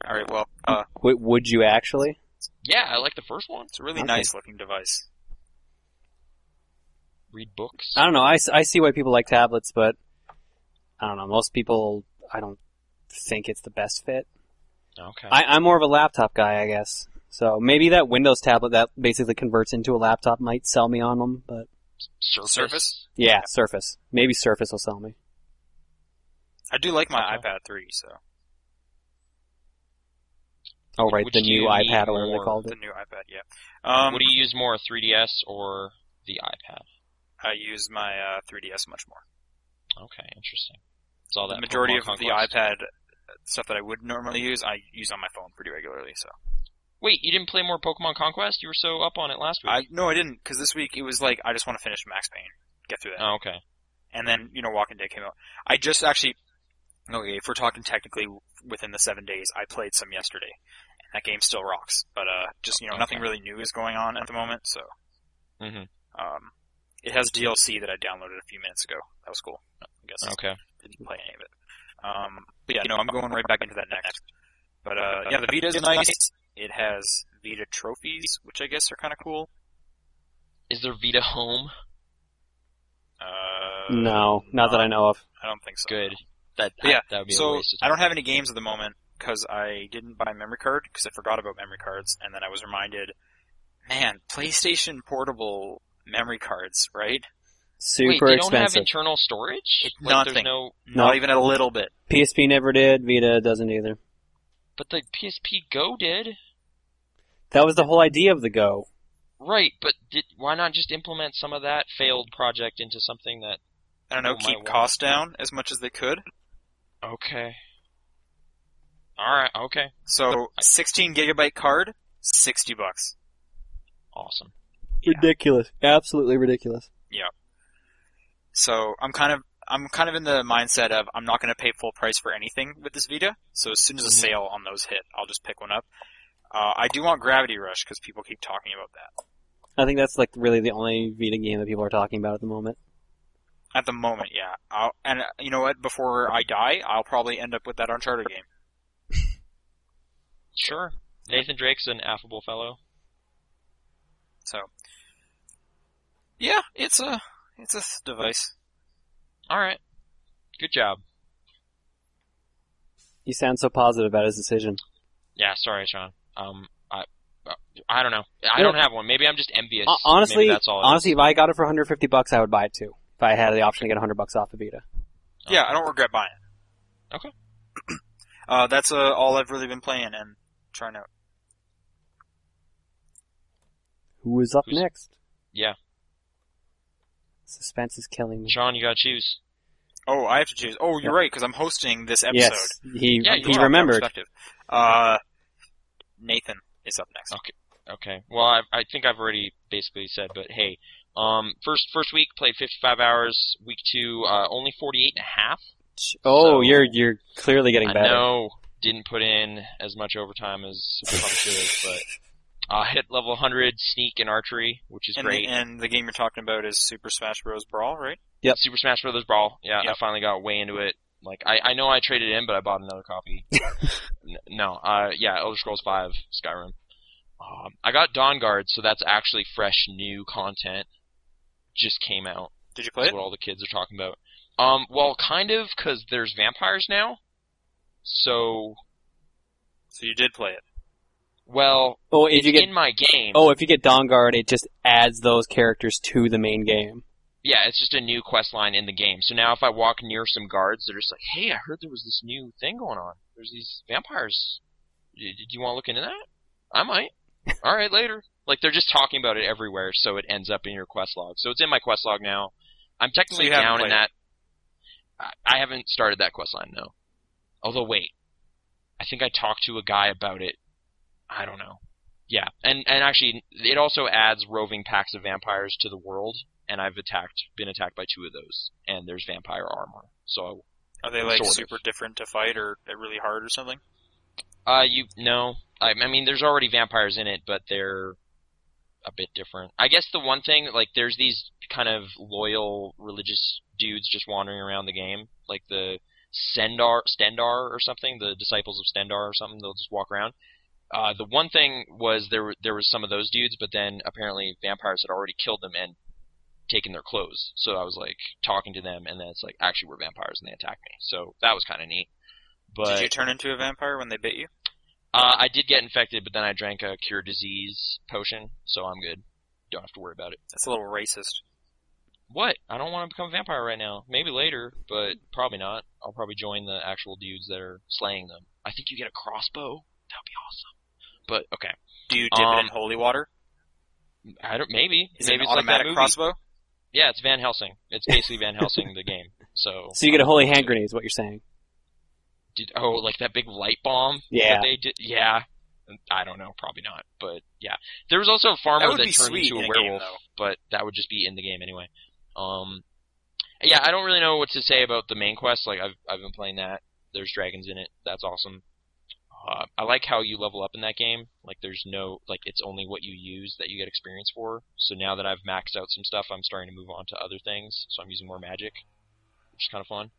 C: Alright, well, uh,
A: Would, would you actually?
B: Yeah, I like the first one.
C: it's a really
A: Okay.
C: nice looking device.
B: Read books.
A: I don't know. I, s- I see why people like tablets, but I don't know. Most people, I don't think it's the best fit.
B: Okay.
A: I, I'm more of a laptop guy, I guess. So maybe that Windows tablet that basically converts into a laptop might sell me on them, but
B: Surface.
C: Surface?
A: yeah, Surface. Maybe Surface will sell me.
C: I do like my
B: Okay.
C: iPad 3, so.
A: Oh, right,
B: Which
A: the
B: do
A: new
B: you need
A: iPad or whatever they
B: more?
A: called
C: The
A: it.
C: new iPad, yeah. Um,
B: what do you use more, 3DS or the iPad?
C: I use my uh, 3DS much more.
B: Okay, interesting. It's all that
C: the majority
B: Pokemon
C: of the
B: Conquest.
C: iPad uh, stuff that I would normally use, I use on my phone pretty regularly, so.
B: Wait, you didn't play more Pokemon Conquest? You were so up on it last week.
C: I No, I didn't, because this week it was like, I just want to finish Max Payne. Get through that.
B: Oh, okay.
C: and then you know Walking Dead came out. I just actually okay if we're talking technically within the seven days, I played some yesterday, and that game still rocks. But uh, just you know nothing
B: Okay.
C: really new is going on at the moment, so
B: hmm
C: um, it has DLC that I downloaded a few minutes ago. That was cool. I guess
B: Okay.
C: didn't play any of it. Um, but yeah, you know I'm going right back into that next. But uh, yeah, the Vita is nice. It has Vita trophies, which I guess are kind of cool.
B: Is there Vita Home?
C: Uh,
A: No, not that I know of.
C: I don't think so.
B: Good. That
C: But yeah,
B: that would be a
C: So
B: waste of
C: I
B: time.
C: don't have any games at the moment because I didn't buy a memory card because I forgot about memory cards, and then I was reminded, man, PlayStation Portable memory cards, right?
A: Super
B: Wait, they don't have
A: expensive.
B: internal storage?
C: It-
B: like,
C: nothing.
B: there's no
A: No.
C: Not even a little bit.
A: PSP never did. Vita doesn't either.
B: but the PSP Go did.
A: That was the whole idea of the Go.
B: Right, but did, why not just implement some of that failed project into something that
C: I don't know.
B: Oh, my
C: keep
B: word.
C: costs down as much as they could.
B: Okay. All right, okay.
C: So 16 gigabyte card, 60 bucks.
B: Awesome.
C: Yeah.
A: Ridiculous. Absolutely ridiculous.
C: So I'm kind of I'm kind of in the mindset of I'm not going to pay full price for anything with this Vita. So as soon as a
B: Mhm.
C: sale on those hit, I'll just pick one up. Uh, I do want Gravity Rush because people keep talking about that.
A: I think that's like really the only Vita game that people are talking about at the moment.
C: At the moment, yeah. I'll, and uh, you know what? Before I die, I'll probably end up with that Uncharted game.
B: Sure. Nathan Drake's an affable fellow.
C: So, yeah, it's a it's a s- device.
B: All right. Good job.
A: You sound so positive about his decision.
B: Yeah, sorry, Sean. Um, I, uh, I don't know. I
A: Yeah.
B: don't have one. Maybe I'm just envious.
A: Hon- honestly,
B: Maybe that's all. it is.
A: honestly, if I got it for 150 bucks, I would buy it too. If I had the option to get 100 bucks off of Vita.
C: Yeah, I don't regret buying it.
B: Okay.
C: uh, that's uh, all I've really been playing and trying out.
A: Who is up
B: Who's-
A: next?
B: Yeah.
A: Suspense is killing me.
B: Sean, you gotta choose.
C: Oh, I have to choose. Oh, you're right because I'm hosting this episode.
A: Yes, he
B: Yeah, you
A: he
B: are.
A: remembered.
C: Perspective. Uh, Nathan is up next.
B: Oh. Okay. Well, I, I think I've already basically said, but hey, um, first first week played 55 hours. Week two, uh, only 48 and a half.
A: Oh,
B: So-
A: you're you're clearly getting
B: I
A: better.
B: know didn't put in as much overtime as I probably should have, but I hit level 100 sneak and archery, which is
C: And,
B: great.
C: The, and the game you're talking about is Super Smash Bros. Brawl, right?
A: Yep.
B: Super Smash Brothers Brawl. Yeah, I
C: Yep.
B: finally got way into it. Like I, I know I traded in, but I bought another copy. N- no, uh, yeah, Elder Scrolls Five, Skyrim. Um, I got Dawn Guard, so that's actually fresh new content. Just came out.
C: Did you play
B: That's
C: it?
B: what all the kids are talking about. Um, well, kind of, because there's vampires now. So,
C: So you did play it.
B: well,
A: Oh, if
B: it's
A: you get
B: in my game.
A: oh if you get Dawn Guard, it just adds those characters to the main game.
B: yeah, it's just a new quest line in the game. So now if I walk near some guards, they're just like, "Hey, I heard there was this new thing going on. There's these vampires. Do do you want to look into that? I might. All right, later." Like they're just talking about it everywhere, so it ends up in your quest log. So it's in my quest log now. I'm
C: So
B: technically
C: you haven't
B: down in
C: played
B: that. I, I haven't started that quest line no. Although wait, I think I talked to a guy about it. I don't know. Yeah, and and actually, it also adds roving packs of vampires to the world, and I've attacked, been attacked by two of those, and there's vampire armor. So,
C: Are they like
B: Sort of.
C: super different to fight or they're really hard or something?
B: uh, you no, I, I mean, there's already vampires in it, but they're a bit different. I guess the one thing, like, there's these kind of loyal religious dudes just wandering around the game, like the Sendar, Stendar or something, the disciples of Stendar or something. They'll just walk around. Uh, the one thing was there were- there was some of those dudes, but then apparently vampires had already killed them and taken their clothes. So I was like talking to them, and then it's like actually we're vampires and they attacked me. So that was kind of neat. But
C: Did you turn into a vampire when they bit you?
B: uh, I did get infected, but then I drank a cure disease potion, so I'm good. Don't have to worry about it.
C: That's a little racist.
B: What? I don't want to become a vampire right now. Maybe later, but probably not. I'll probably join the actual dudes that are slaying them. I think you get a crossbow. That'd be awesome. But okay,
C: Do you dip it in
B: Um,
C: holy water?
B: I don't. Maybe.
C: Is
B: maybe
C: it an
B: it's like that
C: automatic
B: movie.
C: crossbow?
B: Yeah, it's Van Helsing. It's basically Van Helsing the game. So.
A: So you get a holy hand grenade, is what you're saying?
B: Did, oh, like that big light bomb.
A: Yeah.
B: That they did. Yeah. I don't know. Probably not. But yeah, there was also a
C: That
B: farmer
C: would
B: that
C: be
B: turned
C: sweet
B: into
C: in
B: a
C: a game,
B: werewolf.
C: though.
B: but that would just be in the game anyway. Um, yeah, I don't really know what to say about the main quest. Like I've I've been playing that. There's dragons in it. That's awesome. Uh, I like how you level up in that game. Like there's no like it's only what you use that you get experience for. So now that I've maxed out some stuff, I'm starting to move on to other things. So I'm using more magic, which is kind of fun.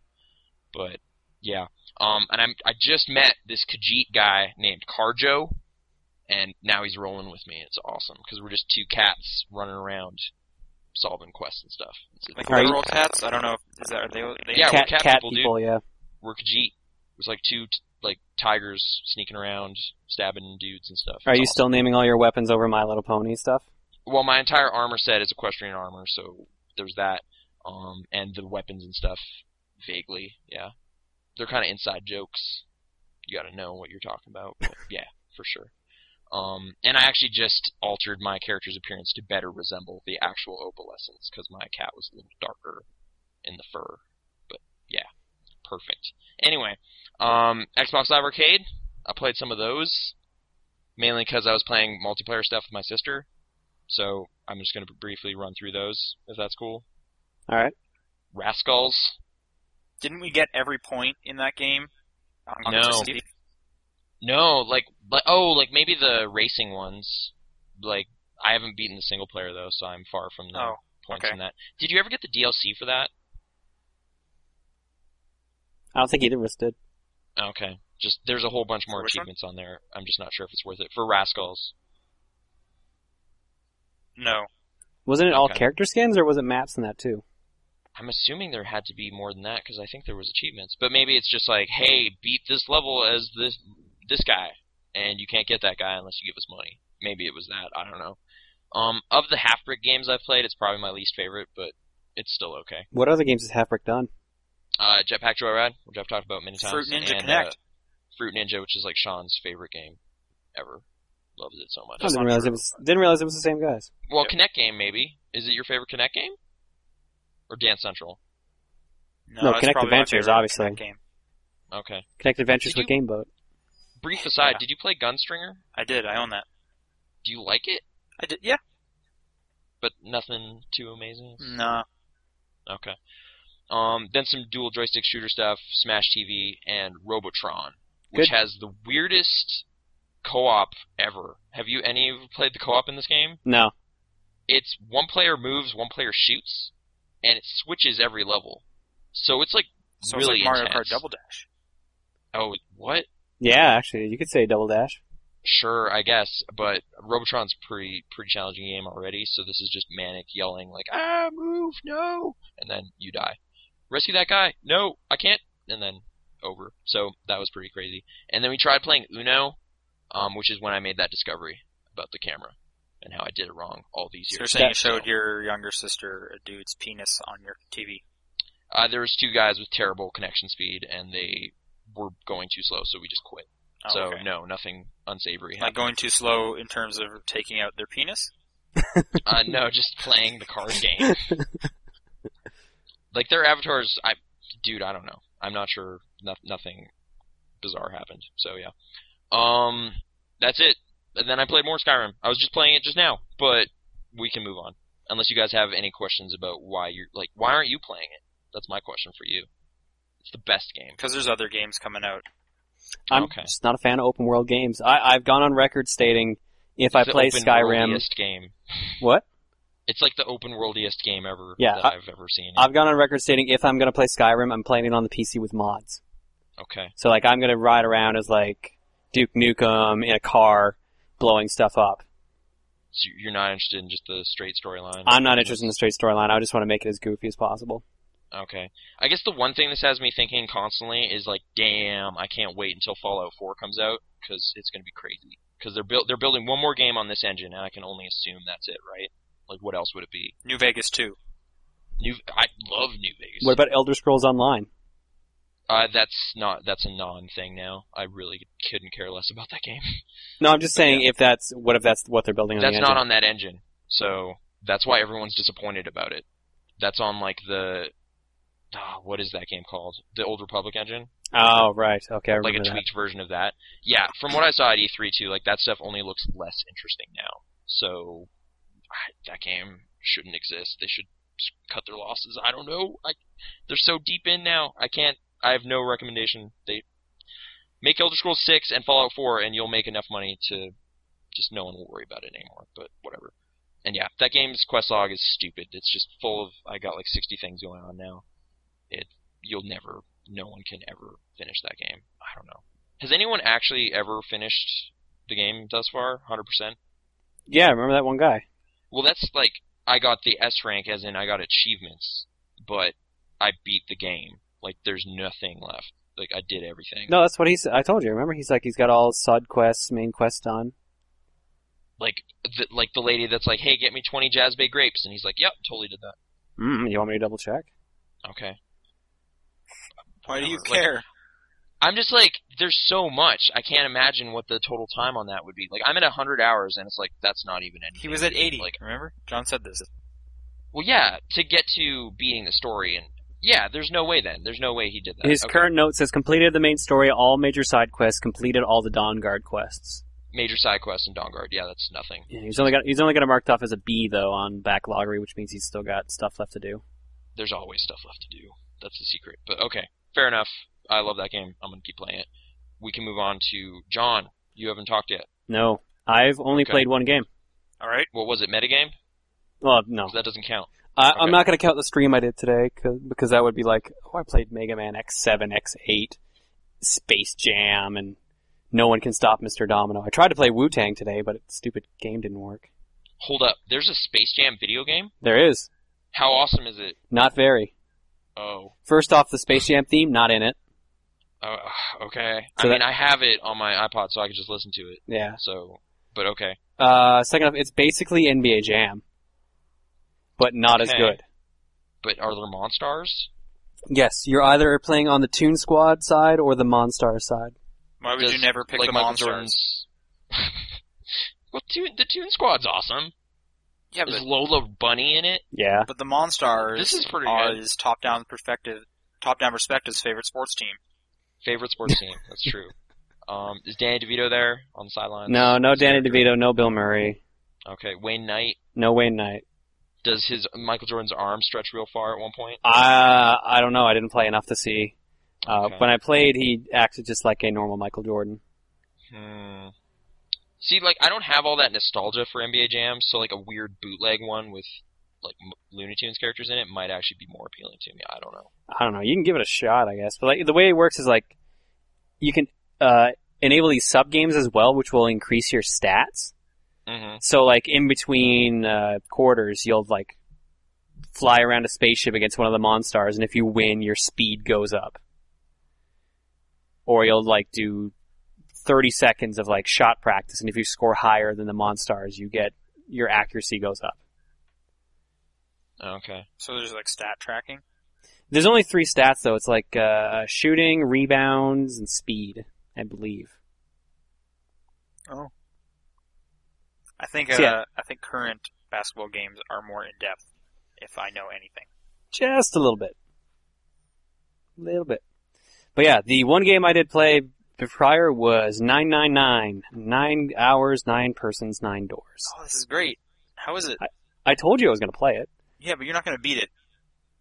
B: But yeah, um, and I'm I just met this Khajiit guy named Carjo, and now he's rolling with me. It's awesome because we're just two cats running around solving quests and stuff. It's a-
C: Like
A: Are you-
C: literal cats? I don't know. if- Is that are they? they
B: Yeah,
A: cat,
B: we're cat people, dude.
A: yeah.
B: were Khajiit. It was like two t- like tigers sneaking around, stabbing dudes and stuff.
A: Are
B: It's
A: you
B: awesome.
A: still naming all your weapons over My Little Pony stuff?
B: Well, my entire armor set is equestrian armor, so there's that, um, and the weapons and stuff, vaguely. Yeah, they're kind of inside jokes. You got to know what you're talking about. But yeah, for sure. Um, and I actually just altered my character's appearance to better resemble the actual opalescence because my cat was a little darker in the fur. But yeah, perfect. Anyway, um, Xbox Live Arcade. I played some of those mainly because I was playing multiplayer stuff with my sister. So I'm just going to briefly run through those, if that's cool.
A: All right.
B: Rascals.
C: Didn't we get every point in that game? On
B: No.
C: 360?
B: No, like, like, oh, like maybe the racing ones. Like, I haven't beaten the single player though, so I'm far from the
C: Oh,
B: points
C: okay.
B: in that. Did you ever get the DLC for that?
A: I don't think either of us did.
B: Okay, just there's a whole bunch more
C: For which one?
B: achievements on there. I'm just not sure if it's worth it for Rascals.
C: No.
A: Wasn't it all
B: Okay.
A: character skins or was it maps in that too?
B: I'm assuming there had to be more than that because I think there was achievements, but maybe it's just like, hey, beat this level as this this guy, and you can't get that guy unless you give us money. Maybe it was that. I don't know. Um, of the half brick games I've played, it's probably my least favorite, but it's still okay.
A: What other games has Half Brick done?
B: Uh, Jetpack Joyride, which I've talked about many times.
C: Fruit Ninja
B: and,
C: Connect.
B: uh, Fruit Ninja, which is like Sean's favorite game ever. Loves it so much.
A: I didn't realize it was didn't realize it was the same guys.
B: Well,
C: Yep.
B: Connect game maybe. Is it your favorite Connect game? Or Dance Central?
A: No,
C: it's
A: Kinect
C: probably my
A: Adventures,
C: favorite
A: obviously.
C: Kinect game.
B: Okay.
A: Connect Adventures
B: Did
A: with Game Boat.
B: Brief aside,
C: Yeah.
B: did you play Gunstringer?
C: I did. I own that.
B: Do you like it?
C: I did. Yeah.
B: But nothing too amazing.
C: No.
B: Okay. Um, then some dual joystick shooter stuff, Smash TV, and Robotron, which
A: Good.
B: has the weirdest co-op ever. Have you any of you played the co-op in this game?
A: No.
B: it's one player moves, one player shoots, and it switches every level. So it's like
C: So
B: really
C: it's like Mario
B: intense.
C: Kart Double Dash.
B: oh what?
A: Yeah, actually, you could say Double Dash.
B: Sure, I guess, but Robotron's pretty pretty challenging game already. So this is just manic yelling like ah move no, and then you die. Rescue that guy? No, I can't. And then over. So that was pretty crazy. And then we tried playing Uno, um, which is when I made that discovery about the camera and how I did it wrong all these
C: So
B: years.
C: you're saying you
B: So-
C: showed your younger sister a dude's penis on your TV.
B: Uh, there was two guys with terrible connection speed, and they were going too slow, so we just quit.
C: Oh,
B: so
C: okay.
B: no, nothing unsavory.
C: Like
B: Happened.
C: going too slow in terms of taking out their penis?
B: uh, no, just playing the card game. like their avatars, I, dude, I don't know. I'm not sure. No, nothing bizarre happened. So yeah, um, that's it. And then I played more Skyrim. I was just playing it just now, but we can move on. Unless you guys have any questions about why you're like, why aren't you playing it? That's my question for you. It's the best game.
C: Because there's other games coming out.
A: I'm
B: Okay.
A: just not a fan of open world games. I, I've gone on record stating if I
B: It's the
A: play
B: open
A: Skyrim,
B: worldiest game.
A: what?
B: It's like the open worldiest game ever
A: Yeah,
B: that
A: I-
B: have ever seen.
A: I've gone on record stating if I'm gonna play Skyrim, I'm playing it on the PC with mods.
B: okay.
A: So like, I'm gonna ride around as like Duke Nukem in a car, blowing stuff up.
B: So you're not interested in just the straight storyline.
A: I'm not interested in the straight storyline. I just want to make it as goofy as possible.
B: Okay. I guess the one thing this has me thinking constantly is like, damn, I can't wait until Fallout 4 comes out because it's going to be crazy. Because they're build they're building one more game on this engine, and I can only assume that's it, right? Like, what else would it be?
C: New Vegas 2.
B: New. I love New Vegas.
A: What about Elder Scrolls Online?
B: uh, that's not. That's a non thing now. I really couldn't care less about that game.
A: No, I'm just saying if that's what if that's what they're building on
B: that's
A: the
B: not
A: engine.
B: on that engine. So that's why everyone's disappointed about it. That's on like the ah, what is that game called? The Old Republic engine,
A: oh right, okay, I
B: like a
A: remember that.
B: tweaked version of that. Yeah, from what I saw at E3 too, like that stuff only looks less interesting now. So I- that game shouldn't exist. They should s- cut their losses. I don't know. I they're so deep in now. I can't. I have no recommendation. They make Elder Scrolls six and Fallout four, and you'll make enough money to just no one will worry about it anymore. But whatever. And yeah, that game's quest log is stupid. It's just full of I got like sixty things going on now. It you'll never. No one can ever finish that game. I don't know. Has anyone actually ever finished the game thus far? Hundred percent.
A: Yeah, I remember that one guy.
B: Well, that's like I got the S rank, as in I got achievements, but I beat the game. Like there's nothing left. Like I did everything.
A: No, that's what he's. I told you. Remember, he's like he's got all side quests, main quest done.
B: Like the, like the lady that's like, hey, get me 20 Jazz Bay grapes, and he's like, yep, totally did that.
A: Mm, you want me to double check?
B: Okay.
C: Why do you
B: Whatever. Like,
C: care?
B: I'm just like, there's so much. I can't imagine what the total time on that would be. Like I'm at 100 hours, and it's like that's not even anything.
C: He was at 80.
B: Like,
C: remember? John said this.
B: well, yeah, to get to beating the story, and yeah, there's no way then. There's no way he did that.
A: His
B: Okay.
A: current note says completed the main story, all major side quests, completed all the Dawn Guard quests.
B: major side quest in Dawnguard, yeah, that's nothing.
A: Yeah, he's only got he's only got it marked off as a B though on backloggery, which means he's still got stuff left to do.
B: there's always stuff left to do. That's the secret. But okay, fair enough. I love that game. I'm gonna keep playing it. We can move on to John. You haven't talked yet.
A: No, I've only
B: Okay.
A: played one game.
C: Alright.
B: What was it? Metagame?
A: Well, no,
B: So that doesn't count.
A: I,
B: okay.
A: I'm not going to count the stream I did today 'cause- because that would be like, oh, I played Mega Man X7, X8, Space Jam, and no one can stop Mr. Domino. I tried to play Wu Tang today, but the stupid game didn't work.
B: Hold up. There's a Space Jam video game.
A: There is
B: How awesome is it?
A: not very.
B: Oh,
A: First off, the Space Jam theme not in it.
B: uh, okay. I
A: So that-
B: mean, I have it on my iPod, so I can just listen to it.
A: Yeah.
B: So, but okay.
A: Uh, second off, it's basically NBA Jam, but not as
B: Okay.
A: good.
B: But are there monstars?
A: Yes, you're either playing on the Toon Squad side or the Monstar side.
C: Why would
B: Just
C: you never pick
B: like
C: the
B: Michael
C: monsters?
B: Jordan's. well, Toon, the Toon Squad's awesome.
C: Yeah,
B: Is
C: but,
B: Lola Bunny in it?
A: Yeah.
C: but the Monstars
B: This is pretty
C: are
B: good.
C: is top down perspective, top down perspective's favorite sports team.
B: Favorite sports team. That's true. Um, is Danny DeVito there on the sidelines?
A: No, no
B: Is
A: Danny
B: there-
A: DeVito, no Bill Murray,
B: Okay, Wayne Knight.
A: no Wayne Knight.
B: Does his Michael Jordan's arm stretch real far at one point?
A: I Uh, I don't know. I didn't play enough to see. Uh,
B: Okay.
A: When I played, he acted just like a normal Michael Jordan.
B: Hmm. See, like I don't have all that nostalgia for NBA Jam, so like a weird bootleg one with like M- Looney Tunes characters in it might actually be more appealing to me. I don't know.
A: I don't know. You can give it a shot, I guess. But like the way it works is like you can uh, enable these sub games as well, which will increase your stats.
B: Mm-hmm.
A: So like in between uh, quarters, you'll like fly around a spaceship against one of the monstars, and if you win, your speed goes up. Or you'll like do thirty seconds of like shot practice, and if you score higher than the monstars, you get your accuracy goes up.
B: Okay.
C: So there's like stat tracking.
A: There's only three stats though. It's like uh, shooting, rebounds, and speed, I believe.
C: I think uh,
A: So, yeah.
C: I think current basketball games are more in depth. If I know anything,
A: Just a little bit. A little bit. But yeah, the one game I did play b- prior was 999. Nine hours, nine persons, nine doors.
C: oh, this is great. How is it?
A: I told you I was going to play it.
C: Yeah, but you're not going to beat it.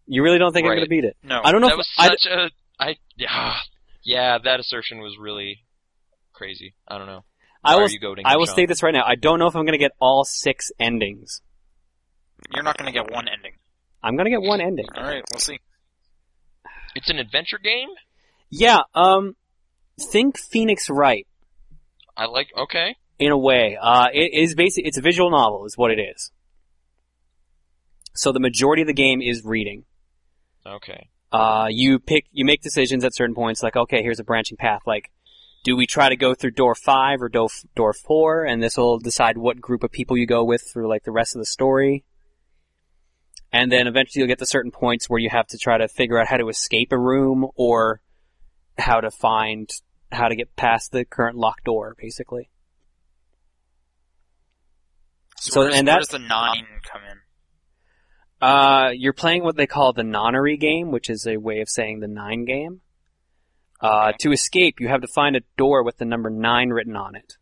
A: You really don't think I'm
B: Right.
A: going to beat it?
C: No,
A: I don't know
B: That
A: if
B: was
A: I,
B: such a I yeah yeah that assertion was really crazy. I don't know.
A: I
B: Are
A: will,
B: you goading
A: I
B: him,
A: will
B: Sean?
A: state this right now. I don't know if I'm going to get all six endings.
C: you're not going to get one ending.
A: I'm going to get one ending.
C: All right, we'll see.
B: It's an adventure game.
A: Yeah, um, think Phoenix Wright.
B: I like. Okay.
A: in a way. Uh, it is basically it's a visual novel, is what it is. So the majority of the game is reading.
B: Okay.
A: Uh, you pick, you make decisions at certain points, like okay, here's a branching path. Like, do we try to go through door five or door door four, and this will decide what group of people you go with through like the rest of the story. And then eventually you'll get to certain points where you have to try to figure out how to escape a room or how to find how to get past the current locked door, basically. So,
C: where does,
A: and
C: where
A: that-
C: does the nine come in?
A: Uh, you're playing what they call the nonary game, which is a way of saying the nine game. Uh,
C: Okay.
A: to escape, you have to find a door with the number nine written on it.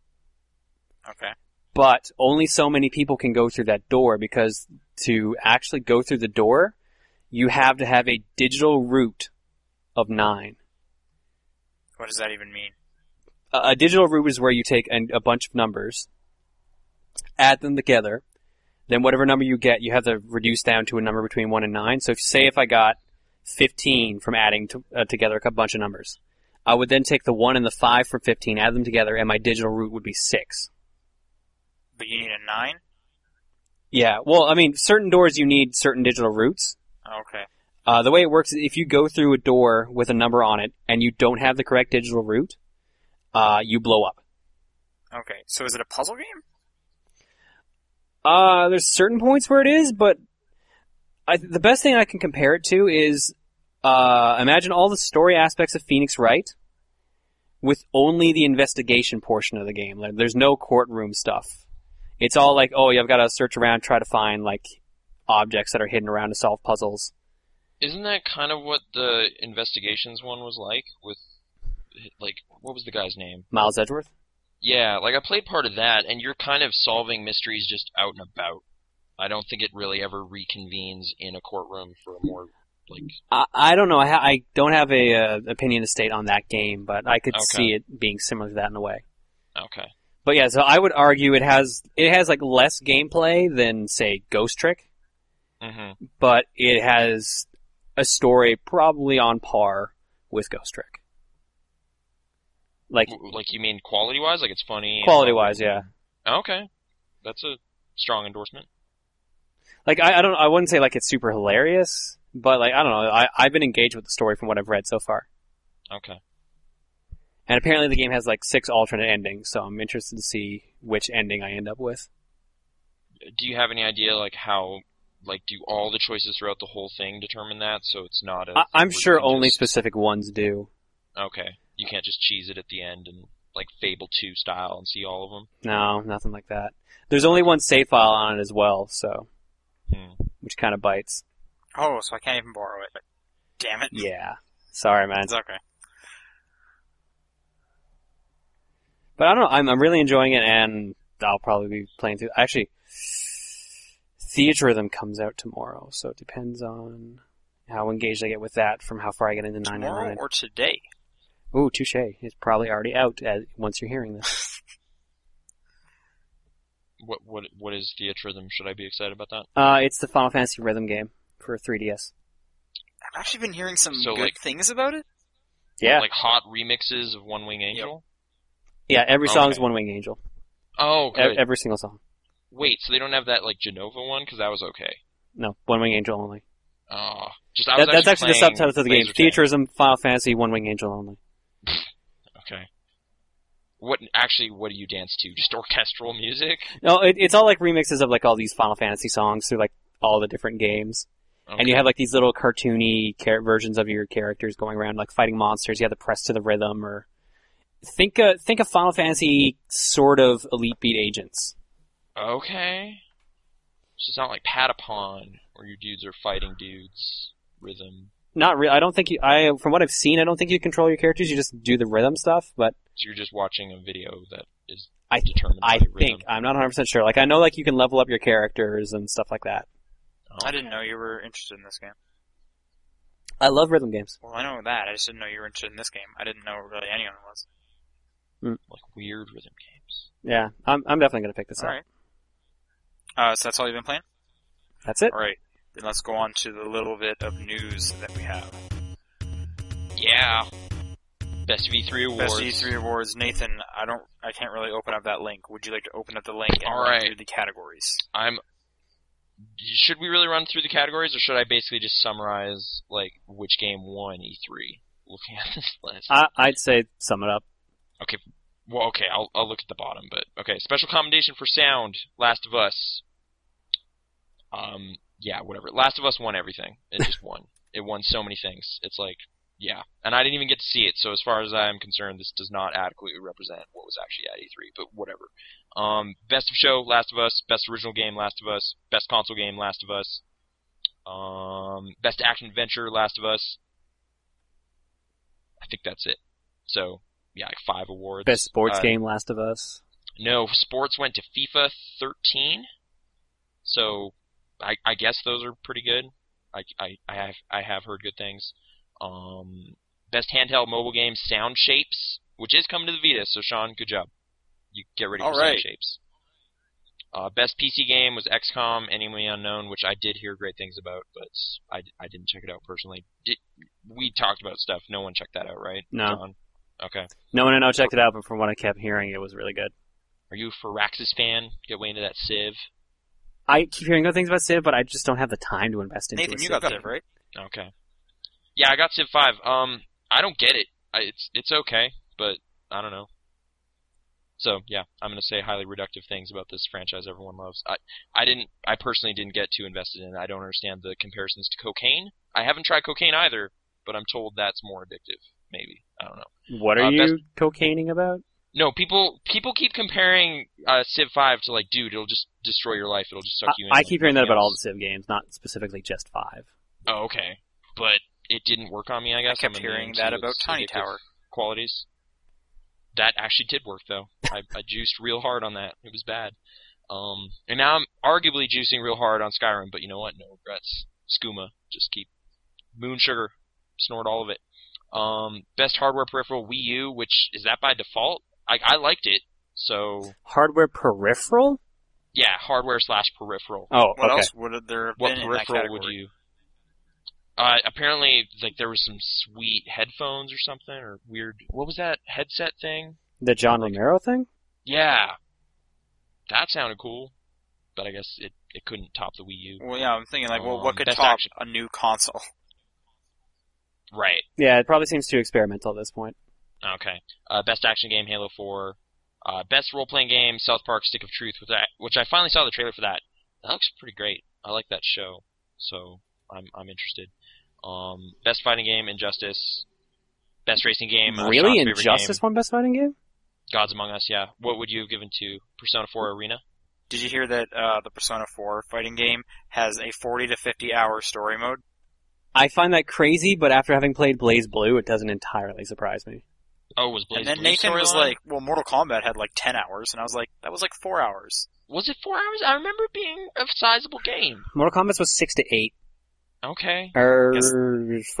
C: Okay,
A: But only so many people can go through that door because to actually go through the door, you have to have a digital root of nine.
C: what does that even mean?
A: A a digital root is where you take an, a bunch of numbers, add them together, then whatever number you get, you have to reduce down to a number between one and nine. So if say if I got fifteen from adding to, uh, together a bunch of numbers, I would then take the one and the five from fifteen, add them together, and my digital root would be six.
C: But you need a nine.
A: Yeah. Well, I mean, certain doors you need certain digital roots.
C: Okay,
A: Uh, the way it works is if you go through a door with a number on it and you don't have the correct digital root, uh, you blow up.
C: okay. So is it a puzzle game?
A: Uh, there's certain points where it is, but I, the best thing I can compare it to is uh, imagine all the story aspects of Phoenix Wright with only the investigation portion of the game. Like, there's no courtroom stuff. It's all like, oh, yeah, I've got to search around, try to find like objects that are hidden around to solve puzzles.
B: Isn't that kind of what the investigations one was like with like what was the guy's name?
A: Miles Edgeworth.
B: Yeah, like I played part of that, and you're kind of solving mysteries just out and about. I don't think it really ever reconvenes in a courtroom for a more like.
A: I, I don't know. I, ha- I don't have a uh, opinion to state on that game, but I could
B: Okay.
A: see it being similar to that in a way.
B: Okay,
A: But yeah, so I would argue it has it has like less gameplay than say Ghost Trick,
B: hmm
A: but it has a story probably on par with Ghost Trick. Like
B: like you mean quality wise? Like it's funny. and-
A: quality wise, yeah.
B: Okay, that's a strong endorsement.
A: Like I, I don't I wouldn't say like it's super hilarious, but like I don't know. I, I've been engaged with the story from what I've read so far.
B: Okay,
A: And apparently the game has like six alternate endings, so I'm interested to see which ending I end up with.
B: do you have any idea like how? Like, do all the choices throughout the whole thing determine that? So it's not a.
A: I, I'm
B: thing where
A: sure
B: you can
A: only
B: just-
A: specific ones do.
B: Okay. you can't just cheese it at the end and like Fable 2 style and see all of them.
A: No, nothing like that. There's only one save file on it as well, so
B: Hmm.
A: which kind of bites.
C: Oh, so I can't even borrow it. Damn it.
A: Yeah. Sorry, man.
C: It's okay.
A: But I don't know. I'm, I'm really enjoying it, and I'll probably be playing through. Actually, Theatrhythm comes out tomorrow, so it depends on how engaged I get with that from how far I get into
C: Tomorrow
A: 999.
C: or today?
A: Ooh, touche. It's probably already out as, once you're hearing this.
B: What what what is Theatrhythm? Should I be excited about that?
A: Uh, it's the Final Fantasy Rhythm game for 3DS.
C: I've actually been hearing some
B: So,
C: good
B: like-
C: things about it.
A: Yeah.
B: Like hot remixes of One Wing Angel.
A: Yeah, every song's
B: Okay.
A: One Wing Angel.
B: Oh,
A: E-
B: good.
A: every single song.
B: Wait, so they don't have that like Genova one because that was okay.
A: No, One Wing Angel only.
B: Oh, just I was
A: That, that's actually the
B: playing
A: subtitle of the game.
B: Laser Tag.
A: Theatrhythm, Final Fantasy, One Wing Angel only.
B: Okay. What actually? What do you dance to? Just orchestral music.
A: No, it, it's all like remixes of like all these Final Fantasy songs through like all the different games. And you have like these little cartoony char- versions of your characters going around, like fighting monsters. You have the press to the rhythm, or think uh, think of Final Fantasy sort of Elite Beat agents.
B: Okay. So it's not like Patapon, where your dudes are fighting dudes. Rhythm.
A: Not real. I don't think you. I from what I've seen, I don't think you control your characters. You just do the rhythm stuff. But
B: So you're just watching a video that is
A: I th-
B: determined
A: I
B: by
A: think
B: rhythm.
A: I'm not 100 percent sure. Like I know like you can level up your characters and stuff like that. oh.
C: I didn't know you were interested in this game.
A: I love rhythm games.
C: Well, I know that. I just didn't know you were interested in this game. I didn't know really anyone was.
B: like weird rhythm games.
A: Yeah, I'm I'm definitely gonna pick this up.
C: All right. Uh, so that's all you've been playing.
A: That's it.
C: All right. Then let's go on to the little bit of news that we have.
B: Yeah. Best V3 awards.
C: Best E3 awards. Nathan, I don't, I can't really open up that link. Would you like to open up the link and
B: All
C: run
B: right.
C: through the categories?
B: I'm. Should we really run through the categories, or should I basically just summarize like which game won E3? Looking at this list.
A: I, I'd say sum it up.
B: Well, okay, I'll, I'll look at the bottom, but okay. Special commendation for sound, Last of Us. Um, yeah, whatever. Last of Us won everything. It just won. It won so many things. It's like, yeah, and I didn't even get to see it. So as far as I am concerned, this does not adequately represent what was actually at E3. But whatever. Um, best of show, Last of Us. Best original game, Last of Us. Best console game, Last of Us. Um, best action adventure, Last of Us. I think that's it. So yeah, like five awards.
A: Best sports
B: Uh,
A: game, Last of Us.
B: no, sports went to FIFA 13. So I, I guess those are pretty good. I, I, I have I have heard good things. Um, best handheld mobile game, Sound Shapes, which is coming to the Vita. So Sean, good job. You get ready for
C: All
B: Sound
C: right.
B: Shapes. Uh, best PC game was XCOM: Enemy Unknown, which I did hear great things about, but I, I didn't check it out personally. Did, we talked about stuff. No one checked that out, right?
A: No.
B: John? Okay.
A: No one I know checked it out, but from what I kept hearing, it was really good.
B: Are you a Firaxis fan? Get way into that Civ.
A: I keep hearing good things about Civ, but I just don't have the time to invest into
C: Nathan,
A: a
C: you
A: Civ
C: got
A: game.
C: that right?
B: Okay. Yeah, I got Civ Five. Um, I don't get it. I, it's it's okay, but I don't know. So yeah, I'm gonna say highly reductive things about this franchise everyone loves. I I didn't I personally didn't get too invested in. it. I don't understand the comparisons to cocaine. I haven't tried cocaine either, but I'm told that's more addictive. Maybe I don't know.
A: What are
B: Uh,
A: you
B: best-
A: cocaining about?
B: No, people people keep comparing uh, Civ Five to like, dude, it'll just destroy your life. It'll just suck
A: I,
B: you in.
A: I
B: like
A: keep hearing that
B: nothing
A: about all
B: else.
A: the Civ games, not specifically just five.
B: Oh, okay. But it didn't work on me, I
C: I
B: guess.
C: kept
B: I'm immune
C: hearing
B: to
C: that
B: its
C: about Tiny
B: addictive
C: Tower.
B: Qualities. That actually did work, though. I, I juiced real hard on that. It was bad. Um, and now I'm arguably juicing real hard on Skyrim, but you know what? No regrets. Skooma. Just keep. Moon sugar. Snort all of it. Um, best hardware peripheral, Wii U, which is that by default? I, I liked it. So,
A: Hardware peripheral?
B: yeah, hardware slash peripheral.
A: Oh,
C: What
A: okay.
C: else would have there have
B: What
C: been in that
B: peripheral would
C: category?
B: you? Uh, apparently, like there was some sweet headphones or something, or weird. What was that headset thing?
A: The John Romero thing?
B: Yeah, that sounded cool, but I guess it it couldn't top the Wii U.
C: Well, yeah, I'm thinking like, well,
B: Um,
C: what could
B: best
C: top
B: action.
C: a new console?
B: Right.
A: Yeah, it probably seems too experimental at this point.
B: Okay. Uh, best action game, Halo Four. Uh, best role playing game, South Park: Stick of Truth, with that, which I finally saw the trailer for that. That looks pretty great. I like that show, so I'm I'm interested. Um, best fighting game, Injustice. Best racing game. uh,
A: really,
B: Sean's favorite
A: Injustice
B: game,
A: won Best Fighting Game?
B: Gods Among Us. Yeah. What would you have given to Persona 4 Arena?
C: Did you hear that uh, the Persona 4 fighting game has a 40 to 50 hour story mode?
A: I find that crazy, but after having played Blaze Blue, it doesn't entirely surprise me.
B: Oh, was Blaze
C: and then
B: Blue
C: Nathan was
B: storyline?
C: like, "Well, Mortal Kombat had like 10 hours," and I was like, "That was like four hours."
B: was it four hours? I remember it being a sizable game.
A: Mortal Kombat was six to eight,
B: Okay.
A: or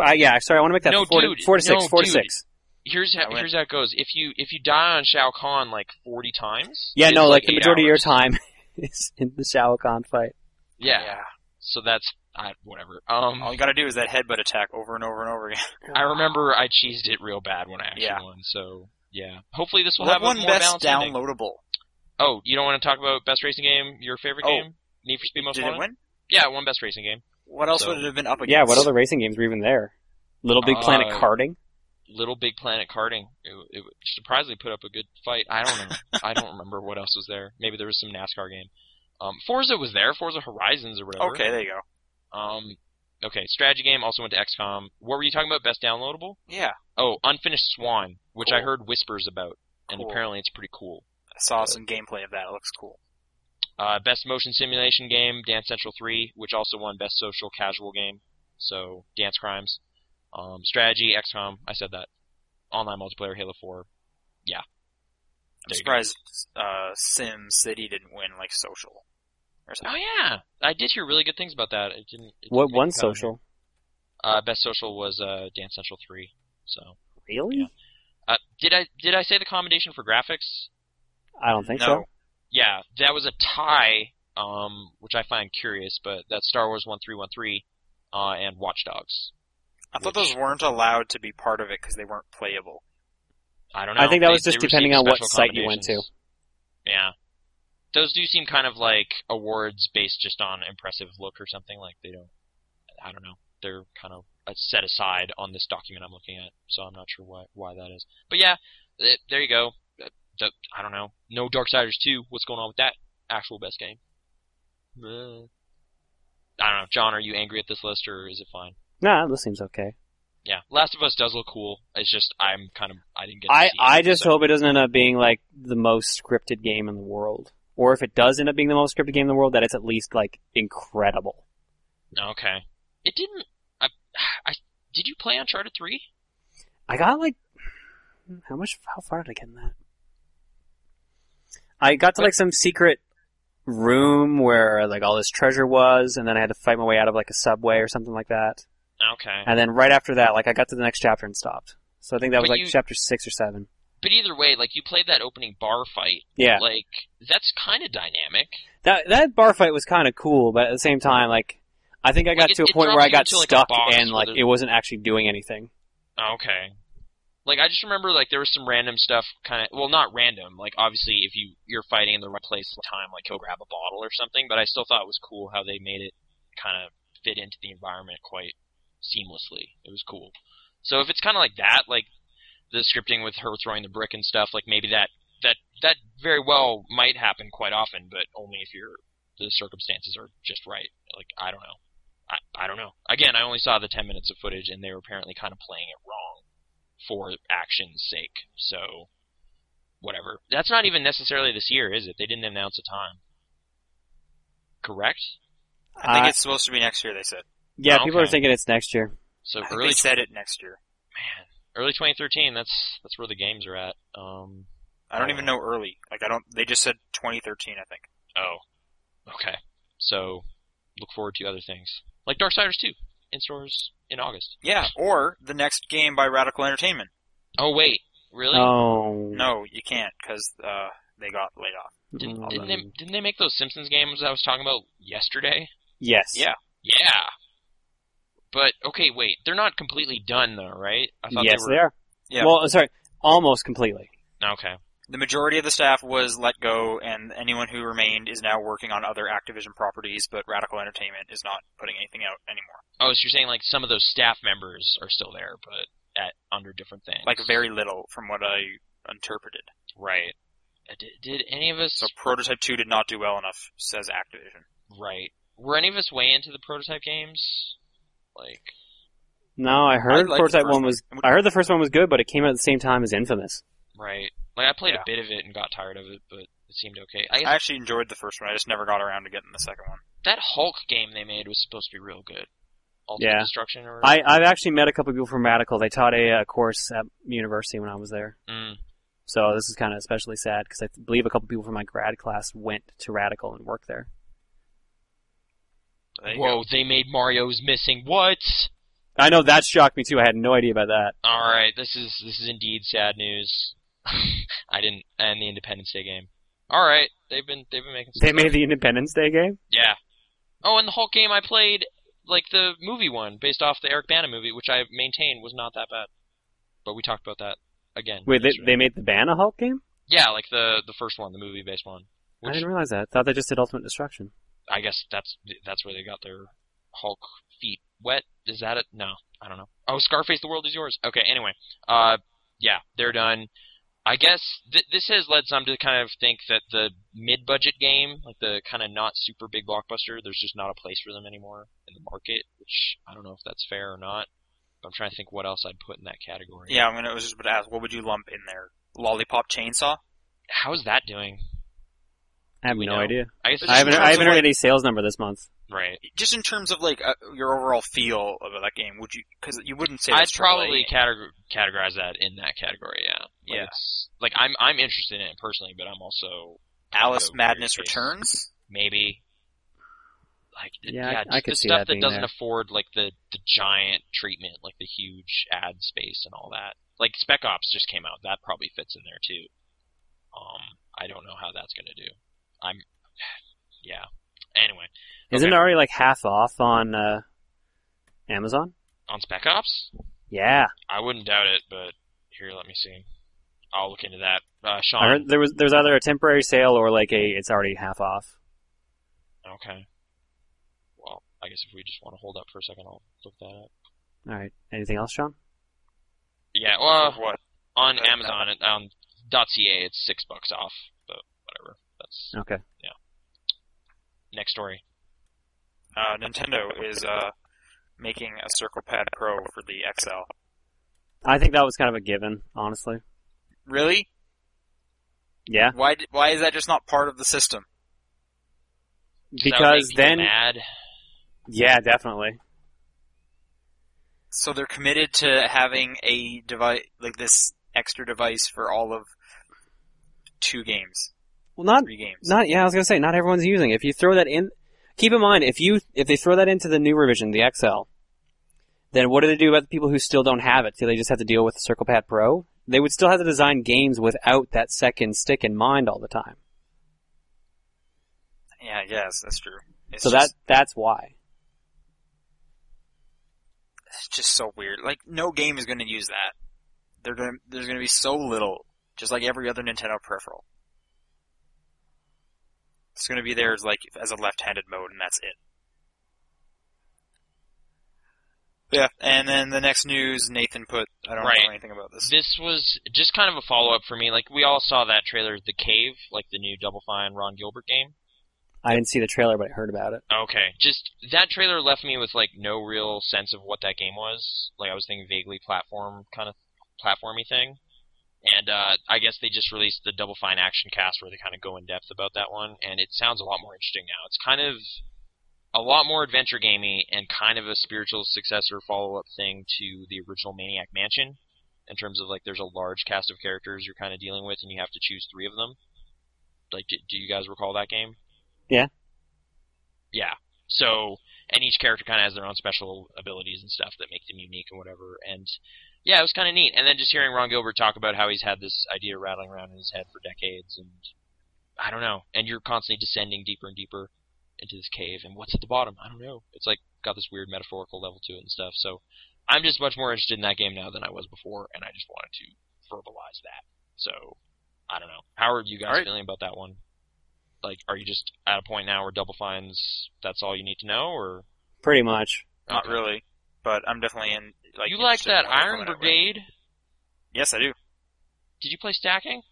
A: uh, yeah. Sorry, I want to make that
B: No,
A: four,
B: dude,
A: to, four to six,
B: no,
A: four to
B: dude.
A: six.
B: Here's
C: I
B: how
C: went-
B: here's how it goes. If you if you die on Shao Kahn like 40 times.
A: Yeah,
B: it's
A: no, like, the
B: eight
A: majority
B: hours.
A: of your time is in the Shao Kahn fight.
B: Yeah. So that's I, whatever. Um,
C: All you gotta do is that headbutt attack over and over and over again.
B: I remember I cheesed it real bad when I actually
C: Yeah.
B: won. So yeah. Hopefully this will
C: What
B: have
C: one
B: a more
C: best
B: balanced ending.
C: downloadable?
B: Oh, you don't want to talk about best racing game? Your favorite
C: Oh.
B: game? Need for Speed Most
C: Did
B: Wanted.
C: it win?
B: Yeah, it won best racing game.
C: What else
B: So-
C: would it have been up against?
A: Yeah, what other racing games were even there? Little Big Planet
B: Uh,
A: karting.
B: Little Big Planet Karting. It, it surprisingly put up a good fight. I don't know. I don't remember what else was there. Maybe there was some NASCAR game. Um, Forza was there. Forza Horizons or whatever.
C: Okay, there you go.
B: Um, okay. Strategy game also went to XCOM. What were you talking about? Best downloadable?
C: Yeah,
B: Oh, Unfinished Swan, which I
C: Cool.
B: heard whispers about, and
C: Cool.
B: apparently it's pretty cool.
C: I saw some gameplay of that. It looks cool.
B: Uh, best motion simulation game, Dance Central 3, which also won best social casual game. So, Dance Crimes. Um, strategy, XCOM, I said that. Online multiplayer, Halo 4. Yeah.
C: I'm
B: There you go.
C: surprised uh, Sim City didn't win like social. Or something.
B: Oh, yeah. I did hear really good things about that. It didn't. It
A: What
B: didn't
A: one
B: make the cut on
A: social?
B: here. Uh, best social was uh, Dance Central 3. So,
A: Really?
B: Yeah. uh, did I did I say the commendation for graphics?
A: I don't think
C: no,
A: so.
B: yeah, that was a tie, um, which I find curious, but that's Star Wars 1313 uh, and Watch Dogs.
C: I thought
B: Which-
C: those weren't allowed to be part of it because they weren't playable.
B: I don't know.
A: I think that
B: They-
A: was just
B: they received
A: depending on what
B: special
A: site you went to.
B: commendations. Yeah. Those do seem kind of like awards based just on impressive look or something. Like they don't, I don't know. They're kind of uh, set aside on this document I'm looking at, so I'm not sure why why that is. But yeah, th- there you go. Uh, th- I don't know. No Darksiders 2. What's going on with that actual best game? Uh, I don't know. John, are you angry at this list or is it fine?
A: Nah, this seems okay.
B: Yeah, Last of Us does look cool. It's just I'm kind of I didn't get. To
A: I,
B: see it,
A: I just
B: so-
A: hope it doesn't end up being like the most scripted game in the world. Or if it does end up being the most scripted game in the world, that it's at least like incredible.
B: Okay. It didn't. I, I did you play Uncharted three?
A: I got like how much how far did I get in that? I got to like some secret room where like all this treasure was and then I had to fight my way out of like a subway or something like that.
B: Okay.
A: And then right after that like I got to the next chapter and stopped. So I think that was
B: But
A: like
B: you-
A: chapter 6 or 7.
B: But either way, like you played that opening bar fight.
A: Yeah.
B: Like that's kind of dynamic.
A: That that bar fight was kind of cool, but at the same time like I think I
B: Like,
A: got
B: it-
A: to a
B: it
A: point where
B: drops
A: I got
B: you into, like, a
A: stuck
B: box
A: and
B: where
A: like
B: there's-
A: it wasn't actually doing anything.
B: Oh, Okay. Like I just remember like there was some random stuff kind of well not random like obviously if you you're fighting in the right place at the time like he'll grab a bottle or something but I still thought it was cool how they made it kind of fit into the environment quite seamlessly it was cool so if it's kind of like that like the scripting with her throwing the brick and stuff like maybe that that that very well might happen quite often but only if you're the circumstances are just right like I don't know I, I don't know again I only saw the 10 minutes of footage and they were apparently kind of playing it wrong for action's sake. So, whatever. That's not even necessarily this year, is it? They didn't announce a time. Correct?
C: I think
A: Uh,
C: it's supposed to be next year. They said.
A: Yeah, people are
B: Oh, Okay.
A: thinking it's next year.
B: So
C: I think
B: early,
C: they said it next year.
B: man, early 2013. That's that's where the games are at. Um.
C: I don't even know early. Like I don't. They just said 2013. I think.
B: Oh. Okay. So, look forward to other things like Darksiders 2 in stores in August.
C: Yeah. Or the next game by Radical Entertainment.
B: Oh wait, really?
A: Oh.
C: No, you can't because uh, they got laid off.
B: Didn't,
A: Mm.
B: didn't they didn't they make those Simpsons games I was talking about yesterday?
A: Yes.
C: Yeah.
B: Yeah. But okay, wait. They're not completely done though, right? I thought
A: Yes,
B: they
A: they,
B: were
A: are.
C: Yeah.
A: Well, I'm sorry, almost completely.
B: Okay.
C: The majority of the staff was let go, and anyone who remained is now working on other Activision properties. But Radical Entertainment is not putting anything out anymore.
B: Oh, so you're saying like some of those staff members are still there, but at under different things.
C: Like very little, from what I interpreted.
B: right. Uh, Did, did any of us
C: So Prototype Two did not do well enough, says Activision.
B: right? Were any of us way into the prototype games? Like
A: No, I heard
C: liked the
A: Prototype
C: first
A: One
C: one.
A: was.
C: And what-
A: I heard the first one was good, but it came out at the same time as Infamous.
B: Right. Like I played
C: Yeah.
B: a bit of it and got tired of it, but it seemed okay. I guess
C: I actually enjoyed the first one. I just never got around to getting the second one.
B: that Hulk game they made was supposed to be real good. Ultimate
A: Yeah.
B: Destruction or
A: I, I've actually met a couple people from Radical. They taught a uh, course at university when I was there,
B: Mm.
A: so this is kind of especially sad because I believe a couple people from my grad class went to Radical and worked there.
C: There you
B: Whoa, they made Mario's missing. What?
A: I know that shocked me too. I had no idea about that.
B: All right, this is this is indeed sad news. I didn't and the Independence Day game. All right, they've been they've been making. Some
A: They made the Independence Day game.
B: Yeah. Oh, and the Hulk game I played, like the movie one, based off the Eric Bana movie, which I maintain was not that bad. But we talked about that again.
A: Wait, they,
B: yesterday.
A: they made the Banna Hulk game?
B: Yeah, like the the first one, the movie based one.
A: I
B: Which
A: didn't realize that. I thought they just did Ultimate Destruction.
B: I guess that's that's where they got their Hulk feet wet. Is that it? No, I don't know. Oh, Scarface, the world is yours. Okay, anyway, uh, yeah, they're done. I guess th- this has led some to kind of think that the mid-budget game, like the kind of not super big blockbuster, there's just not a place for them anymore in the market. Which I don't know if that's fair or not. But I'm trying to think what else I'd put in that category.
C: go. Yeah, I'm gonna I was just about to ask, what would you lump in there? Lollipop chainsaw?
B: How's that doing?
A: I have
B: We
A: no
B: know.
A: idea.
B: I guess it's
A: I haven't.
B: just-
A: I haven't
C: like-
A: heard any sales number this month.
B: right.
C: Just in terms of like uh, your overall feel of that game, would you? Because you wouldn't say
B: I'd
C: that's
B: probably
C: AAA.
B: categor- categorize that in that category. Yeah.
C: Yeah.
B: Like, it's- like I'm I'm interested in it personally, but I'm also
C: Alice
B: Go
C: Madness
B: Weird Case.
C: Returns.
B: maybe like th-
A: Yeah, I-
B: yeah
A: I
B: just
A: could
B: the
A: see
B: stuff
A: that
B: that,
A: being
B: doesn't
A: there.
B: afford like the the giant treatment, like the huge ad space and all that. Like Spec Ops just came out, that probably fits in there too. Um, I don't know how that's gonna do. I'm yeah. Anyway,
A: Isn't
B: Okay.
A: it already like half off on uh, Amazon?
B: on Spec Ops,
A: Yeah,
B: I wouldn't doubt it, but here, let me see. I'll look into that. Uh, Sean.
A: I heard there was there's either a temporary sale or like a it's already half off.
B: Okay. Well, I guess if we just want to hold up for a second, I'll look that up.
A: All right, anything else, Sean?
B: Yeah, well,
C: Or what?
B: on
C: Uh,
B: Amazon, it- um, on .ca, it's six bucks off, but whatever. That's
A: Okay,
B: next story.
C: Uh, Nintendo is uh, making a Circle Pad Pro for the XL.
A: I think that was kind of a given, honestly.
C: Really?
A: Yeah,
C: Why? d- Why is that just not part of the system?
B: Does that make
A: because
B: people
A: then
B: mad.
A: yeah, definitely.
C: So they're committed to having a device like this extra device for all of two games,
A: Well, not
C: three games.
A: not yeah. I was gonna say not everyone's using. it. If you throw that in, keep in mind if you if they throw that into the new revision, the XL, then what do they do about the people who still don't have it? Do they just have to deal with the Circle Pad Pro? They would still have to design games without that second stick in mind all the time.
C: Yeah, I guess that's true. It's
A: so
C: just,
A: that that's why.
C: that's just so weird. Like no game is going to use that. They're going. to There's going to be so little, just like every other Nintendo peripheral. It's going to be there as like as a left-handed mode, and that's it. Yeah, and then the next news, Nathan put. I don't
B: Right.
C: know anything about this.
B: This was just kind of a follow up for me. Like we all saw that trailer, The Cave, like the new Double Fine Ron Gilbert game.
A: I didn't see the trailer, but I heard about it.
B: Okay. Just that trailer left me with like no real sense of what that game was. Like I was thinking vaguely platform kind of platformy thing. And uh, I guess they just released the Double Fine Action Cast where they kind of go in depth about that one, and it sounds a lot more interesting now. It's kind of a lot more adventure gamey and kind of a spiritual successor follow up thing to the original Maniac Mansion in terms of like there's a large cast of characters you're kind of dealing with, and you have to choose three of them. Like, do, do you guys recall that game?
A: Yeah.
B: Yeah. So, and each character kind of has their own special abilities and stuff that make them unique and whatever. And yeah, it was kind of neat. And then just hearing Ron Gilbert talk about how he's had this idea rattling around in his head for decades, and I don't know. And you're constantly descending deeper and deeper into this cave, and what's at the bottom? I don't know. It's like got this weird metaphorical level to it and stuff. So I'm just much more interested in that game now than I was before, and I just wanted to verbalize that. So I don't know. How are you guys
C: All right.
B: feeling about that one? Like, are you just at a point now where Double Fines? That's all you need to know, or
A: Pretty much.
C: Not
B: Okay.
C: really, but I'm definitely in. Like
B: you like
C: interested in
B: that
C: what they're
B: Iron
C: coming out with.
B: Brigade?
C: Yes, I do.
B: Did you play stacking?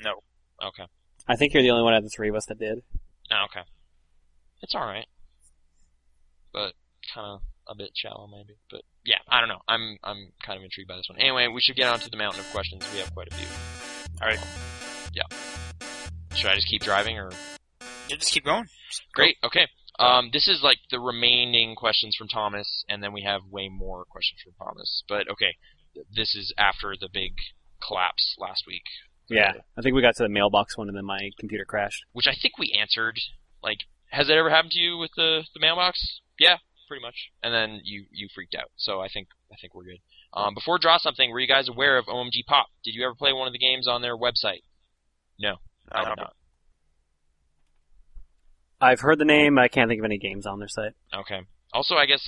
C: No,
B: Okay.
A: I think you're the only one out of the three of us that did.
B: Oh, okay. It's all right, but kind of a bit shallow maybe. But yeah, I don't know. I'm I'm kind of intrigued by this one. Anyway, we should get on to the mountain of questions. We have quite a few.
C: All right.
B: yeah. Should I just keep driving or
C: Yeah, just keep going.
B: Great. Okay. Um, this is like the remaining questions from Thomas, and then we have way more questions from Thomas. But okay, th- this is after the big collapse last week,
A: Yeah, I think we got to the mailbox one, and then my computer crashed.
B: which I think we answered. Like, has that ever happened to you with the the mailbox? Yeah, pretty much. And then you you freaked out. So I think I think we're good. Um, before draw something, were you guys aware of OMG Pop? Did you ever play one of the games on their website? I
C: Uh,
B: did not.
A: I've heard the name. I can't think of any games on their site.
B: Okay. Also, I guess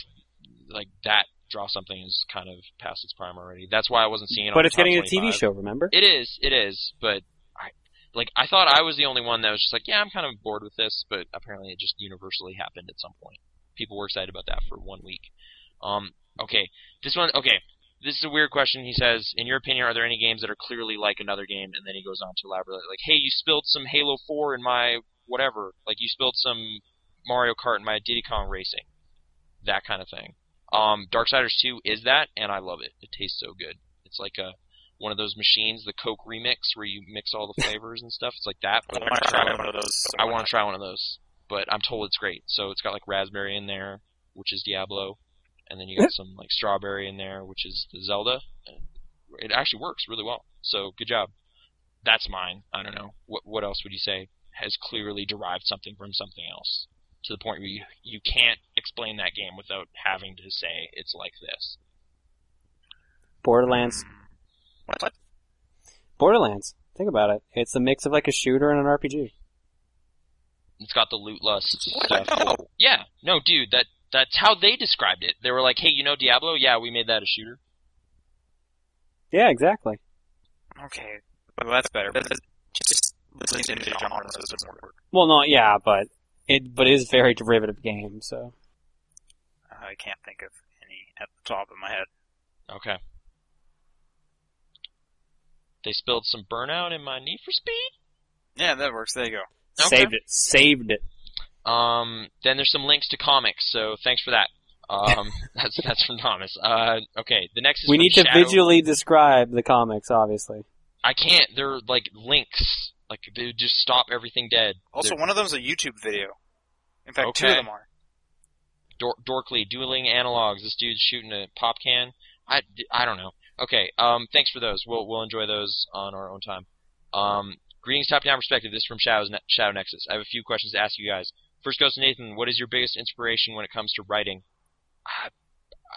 B: like that draw something is kind of past its prime already. That's why I wasn't seeing it. on
A: but
B: the
A: it's getting
B: top
A: a TV
B: 25.
A: show. Remember?
B: It is, it is, but I like I thought I was the only one that was just like, yeah, I'm kind of bored with this, but apparently it just universally happened at some point. People were excited about that for one week. Um, okay, this one, okay, this is a weird question. He says, in your opinion, are there any games that are clearly like another game? And then he goes on to elaborate, like, hey, you spilled some Halo 4 in my whatever, like you spilled some Mario Kart in my Diddy Kong Racing, that kind of thing. Um, Darksiders 2 is that, and I love it. It tastes so good. It's like a one of those machines, the Coke remix, where you mix all the flavors and stuff. It's like that.
C: I
B: But
C: want to try one of those.
B: I want to try one of those, but I'm told it's great. So it's got like raspberry in there, which is Diablo, and then you got some like strawberry in there, which is the Zelda. And it actually works really well. So good job. That's mine. I don't know what what else would you say has clearly derived something from something else to the point where you you can't explain that game without having to say it's like this.
A: Borderlands.
C: What? what?
A: Borderlands. Think about it. It's a mix of like a shooter and an RPG.
B: It's got the loot lust
C: What?
B: stuff.
C: No.
B: Yeah, no, dude, that that's how they described it. They were like, "Hey, you know Diablo? Yeah, we made that a shooter."
A: Yeah, exactly.
C: Okay. Well, that's better. But just listening to individual genres doesn't work.
A: Well, no, yeah, but it but it is a very derivative game. So
C: Uh, I can't think of any at the top of my head.
B: Okay. They spilled some burnout in my Need for Speed.
C: Yeah, that works. There you go.
B: Okay.
A: saved it. Saved it.
B: Um, then there's some links to comics, so thanks for that. Um, that's that's from Thomas. Uh, okay, the next is
A: we
B: from
A: need to
B: Shadow-
A: visually describe the comics, obviously.
B: I can't. They're like links. Like they would just stop everything dead.
C: Also,
B: They're-
C: one of them's a YouTube video. In fact, two
B: Okay.
C: of them are.
B: Dor- Dorkly dueling analogs. This dude's shooting a pop can. I, I don't know. Okay. Um. Thanks for those. We'll we'll enjoy those on our own time. Um. Greetings, top down perspective. This is from Shadow's ne- Shadow Nexus. I have a few questions to ask you guys. First goes to Nathan. What is your biggest inspiration when it comes to writing? I,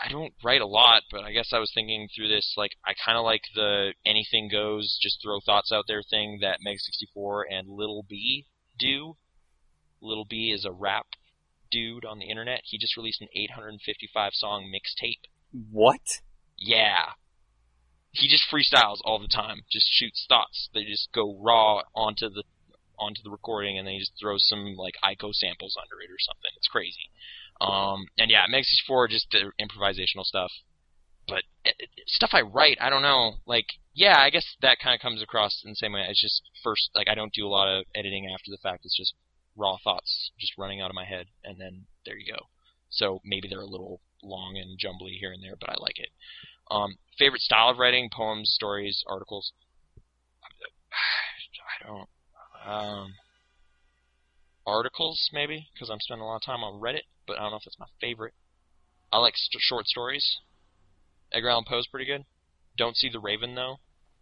B: I don't write a lot, but I guess I was thinking through this. Like I kind of like the anything goes, just throw thoughts out there thing that Meg64 and Little B do. Little B is a rap dude on the internet. He just released an 855 song mixtape.
A: What?
B: Yeah. He just freestyles all the time. Just shoots thoughts. They just go raw onto the onto the recording and then he just throws some like ICO samples under it or something. It's crazy. Um and yeah, Meg64 just the improvisational stuff. But it, it- stuff I write, I don't know. Like yeah, I guess that kind of comes across in the same way. It's just first like I don't do a lot of editing after the fact. It's just raw thoughts just running out of my head and then there you go. So maybe they're a little long and jumbly here and there, but I like it. Um, favorite style of writing: poems, stories, articles. I don't. Um, articles, maybe, because I'm spending a lot of time on Reddit, but I don't know if that's my favorite. I like st- short stories. Edgar Allan Poe's pretty good. Don't see the Raven though.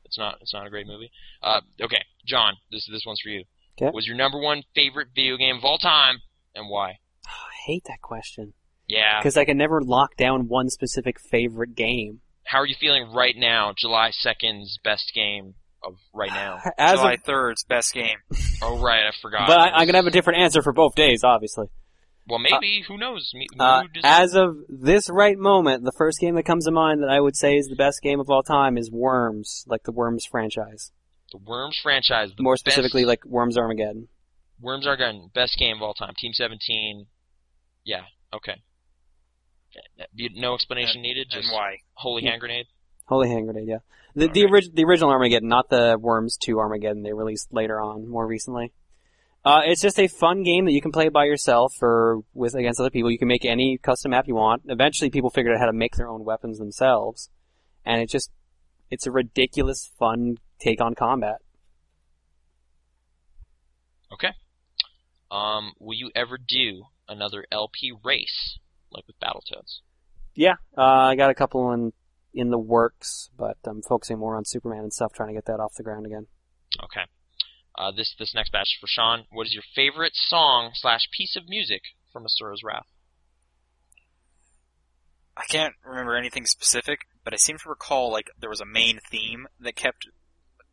B: It's not. It's not a great movie. Uh, okay, John, this this one's for you.
A: 'Kay.
B: Was your number one favorite video game of all time, and why?
A: I hate that question
B: Yeah.
A: because I can never lock down one specific favorite game.
B: How are you feeling right now? July 2nd's best game of right now.
A: As
C: July
A: of,
C: 3rd's best game.
B: Oh right, I forgot.
A: but I, I'm gonna have a different answer for both days, obviously.
B: Well, maybe who knows? Me-
A: Uh,
B: mood is-
A: as of this right moment, the first game that comes to mind that I would say is the best game of all time is Worms, like the Worms franchise.
B: the Worms franchise, the
A: More
B: best-
A: specifically, like Worms Armageddon.
B: Worms are gun best game of all time. Team 17. Yeah. Okay. Yeah, yeah, No explanation needed. Just
C: And why?
B: holy hand grenade.
A: Holy hand grenade, yeah. The the,
C: Alright.
A: orig- the original Armageddon, not the Worms 2 Armageddon they released later on, more recently. Uh, it's just a fun game that you can play by yourself or with against other people. You can make any custom map you want. Eventually, people figured out how to make their own weapons themselves, and it just it's a ridiculous fun take on combat.
B: Okay. Um, will you ever do another LP race like with Battletoads?
A: Yeah, uh, I got a couple in in the works, but I'm focusing more on Superman and stuff, trying to get that off the ground again.
B: Okay. Uh, this this next batch is for Sean. What is your favorite song slash piece of music from Asura's Wrath?
C: I can't remember anything specific, but I seem to recall like there was a main theme that kept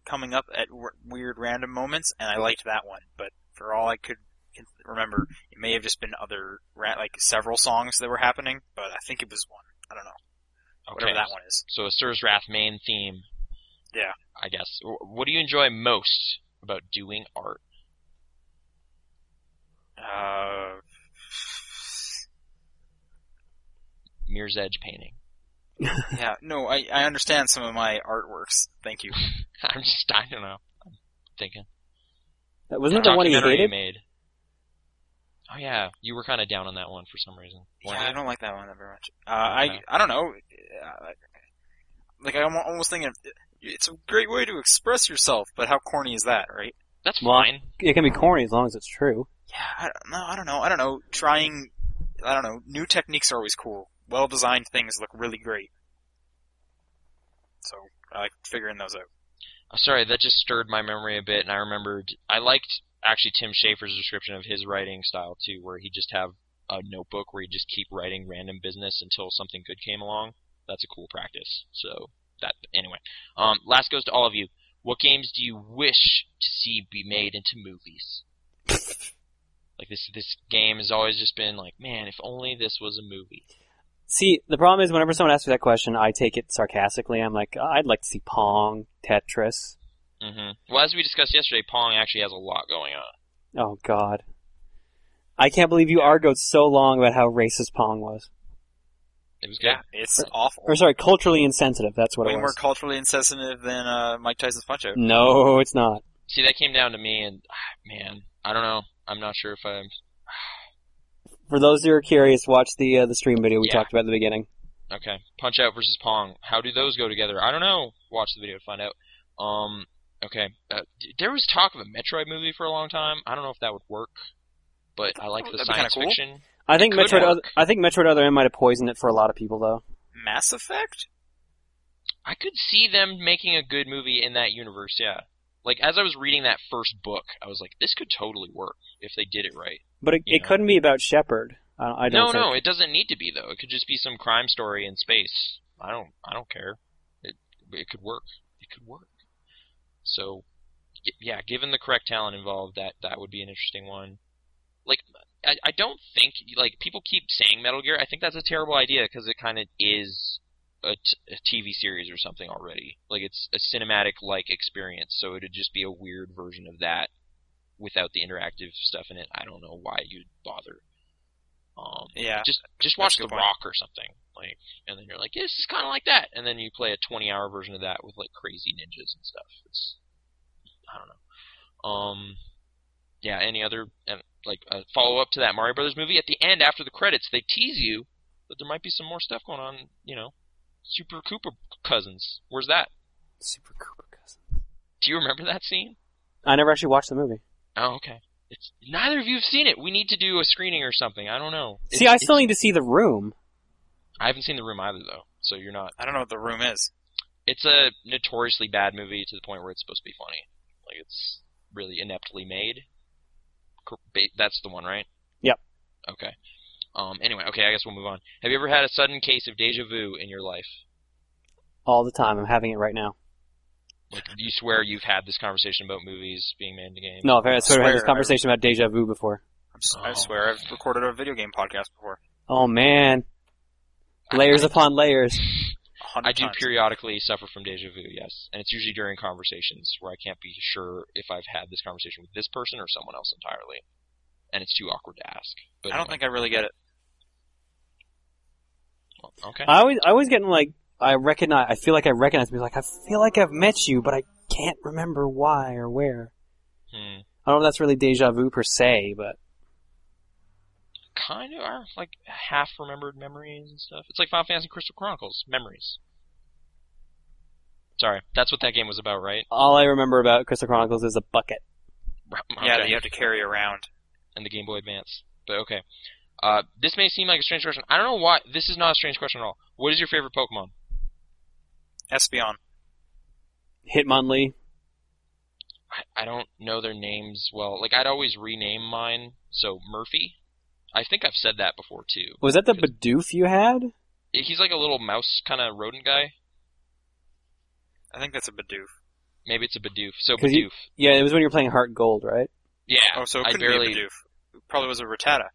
C: coming up at w- weird random moments, and I liked that one. But for all I could can- remember, it may have just been other ra- like several songs that were happening, but I think it was one. I don't know. Whatever that one is.
B: So Asura's Wrath main theme.
C: Yeah.
B: I guess. Wh- What do you enjoy most about doing art?
C: Uh,
B: Mirror's Edge painting.
C: yeah, no, I, I understand some of my artworks. Thank you.
B: I'm just I don't know. I'm thinking.
A: That Wasn't that the one he
B: Documentary
A: hated?
B: made. Oh yeah, you were kind of down on that one for some reason. weren't
C: Yeah, I
B: you?
C: don't like that one that very much. Uh, I
B: Okay.
C: I don't know. Uh, Like I'm al- almost thinking, of- it's a great way to express yourself, but how corny is that, right?
B: That's
A: Well,
B: fine.
A: It can be corny as long as it's true.
C: Yeah, I don't, no, I don't know. I don't know. Trying, I don't know. New techniques are always cool. Well designed things look really great. So I like figuring those out.
B: I'm sorry, that just stirred my memory a bit, and I remembered I liked actually Tim Schafer's description of his writing style too, where he just have a notebook where he just keep writing random business until something good came along. That's a cool practice. So that anyway. Um, last goes to all of you. What games do you wish to see be made into movies? like this this game has always just been like, man, if only this was a movie.
A: See, the problem is whenever someone asks me that question, I take it sarcastically. I'm like, "Oh, I'd like to see Pong, Tetris.
B: hmm Well, as we discussed yesterday, Pong actually has a lot going on.
A: Oh God, I can't believe you argued so long about how racist Pong was.
B: It was good.
C: Yeah, it's awful.
A: Or sorry, culturally insensitive. That's what
C: Way
A: it was.
C: more culturally insensitive than uh, Mike Tyson's Punch Out.
A: No, it's not.
B: See, that came down to me, and ah, man, I don't know. I'm not sure if I'm
A: For those who are curious, watch the uh, the stream video we
B: Yeah.
A: talked about at the beginning.
B: okay. Punch Out versus Pong. How do those go together? I don't know. Watch the video to find out. Um, okay. Uh, d- there was talk of a Metroid movie for a long time. I don't know if that would work, but I like the
C: That'd be kinda
B: science
C: cool.
B: fiction.
A: I think
B: could
A: Metroid.
B: work.
A: Other, I think Metroid Other M might have poisoned it for a lot of people, though.
C: Mass Effect?
B: I could see them making a good movie in that universe. Yeah. Like as I was reading that first book, I was like, this could totally work if they did it right.
A: But it, it
B: Yeah.
A: couldn't be about Shepard. I, I don't.
B: no,
A: think.
B: no, it doesn't need to be though. It could just be some crime story in space. I don't, I don't care. It, it could work. It could work. So, y- yeah, given the correct talent involved, that that would be an interesting one. Like, I, I don't think like people keep saying Metal Gear. I think that's a terrible idea because it kind of is a, t- a TV series or something already. Like it's a cinematic like experience, so it'd just be a weird version of that without the interactive stuff in it. I don't know why you'd bother. Um,
C: Yeah.
B: just just
C: That's
B: watch
C: a
B: The
C: good point.
B: Rock or something, like, and then you're like, yeah, this is kind of like that, and then you play a 20 hour version of that with like crazy ninjas and stuff. It's, I don't know. Um, yeah. Any other and like a follow up to that Mario Brothers movie at the end after the credits, they tease you that there might be some more stuff going on. You know, Super Cooper Cousins. Where's that?
A: Super Cooper cousin.
B: Do you remember that scene?
A: I never actually watched the movie.
B: Oh, okay. It's neither of you have seen it. We need to do a screening or something. I don't know.
A: See,
B: It's-
A: I still
B: it's-
A: need to see the room.
B: I haven't seen The Room either though, so you're not.
C: I don't know what the room is.
B: it's a notoriously bad movie to the point where it's supposed to be funny. Like it's really ineptly made. Cor- ba- That's the one, right?
A: Yep.
B: Okay. Um. Anyway, okay. I guess we'll move on. Have you ever had a sudden case of deja vu in your life?
A: all the time. I'm having it right now.
B: Like you swear you've had this conversation about movies being made into games.
A: No, I've had, swear, I've had this
C: Swear.
A: conversation about deja vu before.
C: I'm s I
B: Oh.
C: I swear I've recorded a video game podcast before.
A: Oh man, layers upon layers.
C: A hundred
B: I do
C: times.
B: periodically suffer from deja vu, yes, and it's usually during conversations where I can't be sure if I've had this conversation with this person or someone else entirely, and it's too awkward to ask. But
C: I don't think I really get it.
B: think. Okay.
A: I always, I always get in like I recognize. I feel like I recognize people. Like I feel like I've met you, but I can't remember why or where.
B: Hmm.
A: I don't know if that's really deja vu per se, but
B: Kind of are like half remembered memories and stuff. It's like Final Fantasy Crystal Chronicles memories. Sorry, that's what that game was about, right?
A: all I remember about Crystal Chronicles is a bucket.
B: Right,
C: Yeah,
B: okay.
C: that you have to carry around.
B: and the Game Boy Advance. But okay. Uh, this may seem like a strange question. I don't know why. This is not a strange question at all. What is your favorite Pokemon?
C: Espeon.
A: Hitmonlee.
B: I, I don't know their names well. Like, I'd always rename mine. So, Murphy. I think I've said that before, too.
A: Was that the Bidoof you had?
B: He's like a little mouse kind of rodent guy.
C: I think that's a Bidoof.
B: Maybe it's a Bidoof. So,
A: 'Cause
B: Bidoof.
A: you- Yeah, it was when you were playing Heart Gold, right?
B: yeah.
C: Oh, so it
B: I
C: couldn't
B: barely.
C: be a Bidoof. It probably was a Rattata.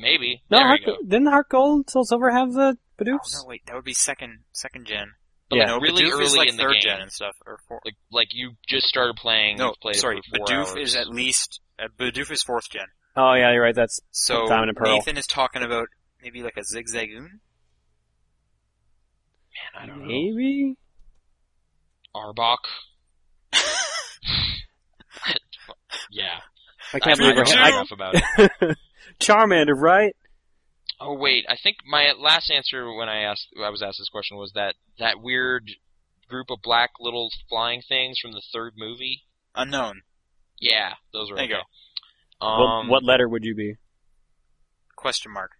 B: Maybe.
A: No,
B: there
A: Heart
B: you go.
A: Gold, didn't Heart Gold Soul Silver have the
C: Oh,
A: Bidoofs?
C: no, wait, that would be second second gen.
B: But,
A: Yeah.
B: like,
C: No,
B: really
C: Bidoof
B: early
C: is like
B: in the
C: third
B: game.
C: gen and stuff. Or four.
B: Like, like, you just started playing.
C: no,
B: you've played
C: sorry,
B: It for four
C: Bidoof
B: hours.
C: is at least uh, Bidoof is fourth gen.
A: Oh yeah, you're right. That's
C: So
A: Diamond and Pearl.
C: Nathan is talking about maybe like a Zigzagoon.
B: Man, I don't know.
A: maybe.
B: Arbok. yeah.
A: I can't
C: I
A: believe we're
C: don't
A: I-
C: know.
B: enough about it.
A: Charmander, right?
B: Oh wait, I think my last answer when I asked, I was asked this question was that that weird group of black little flying things from the third movie.
C: Unknown.
B: Yeah, those were.
C: There you
B: okay.
A: What-
B: Um,
A: what letter would you be?
C: Question mark.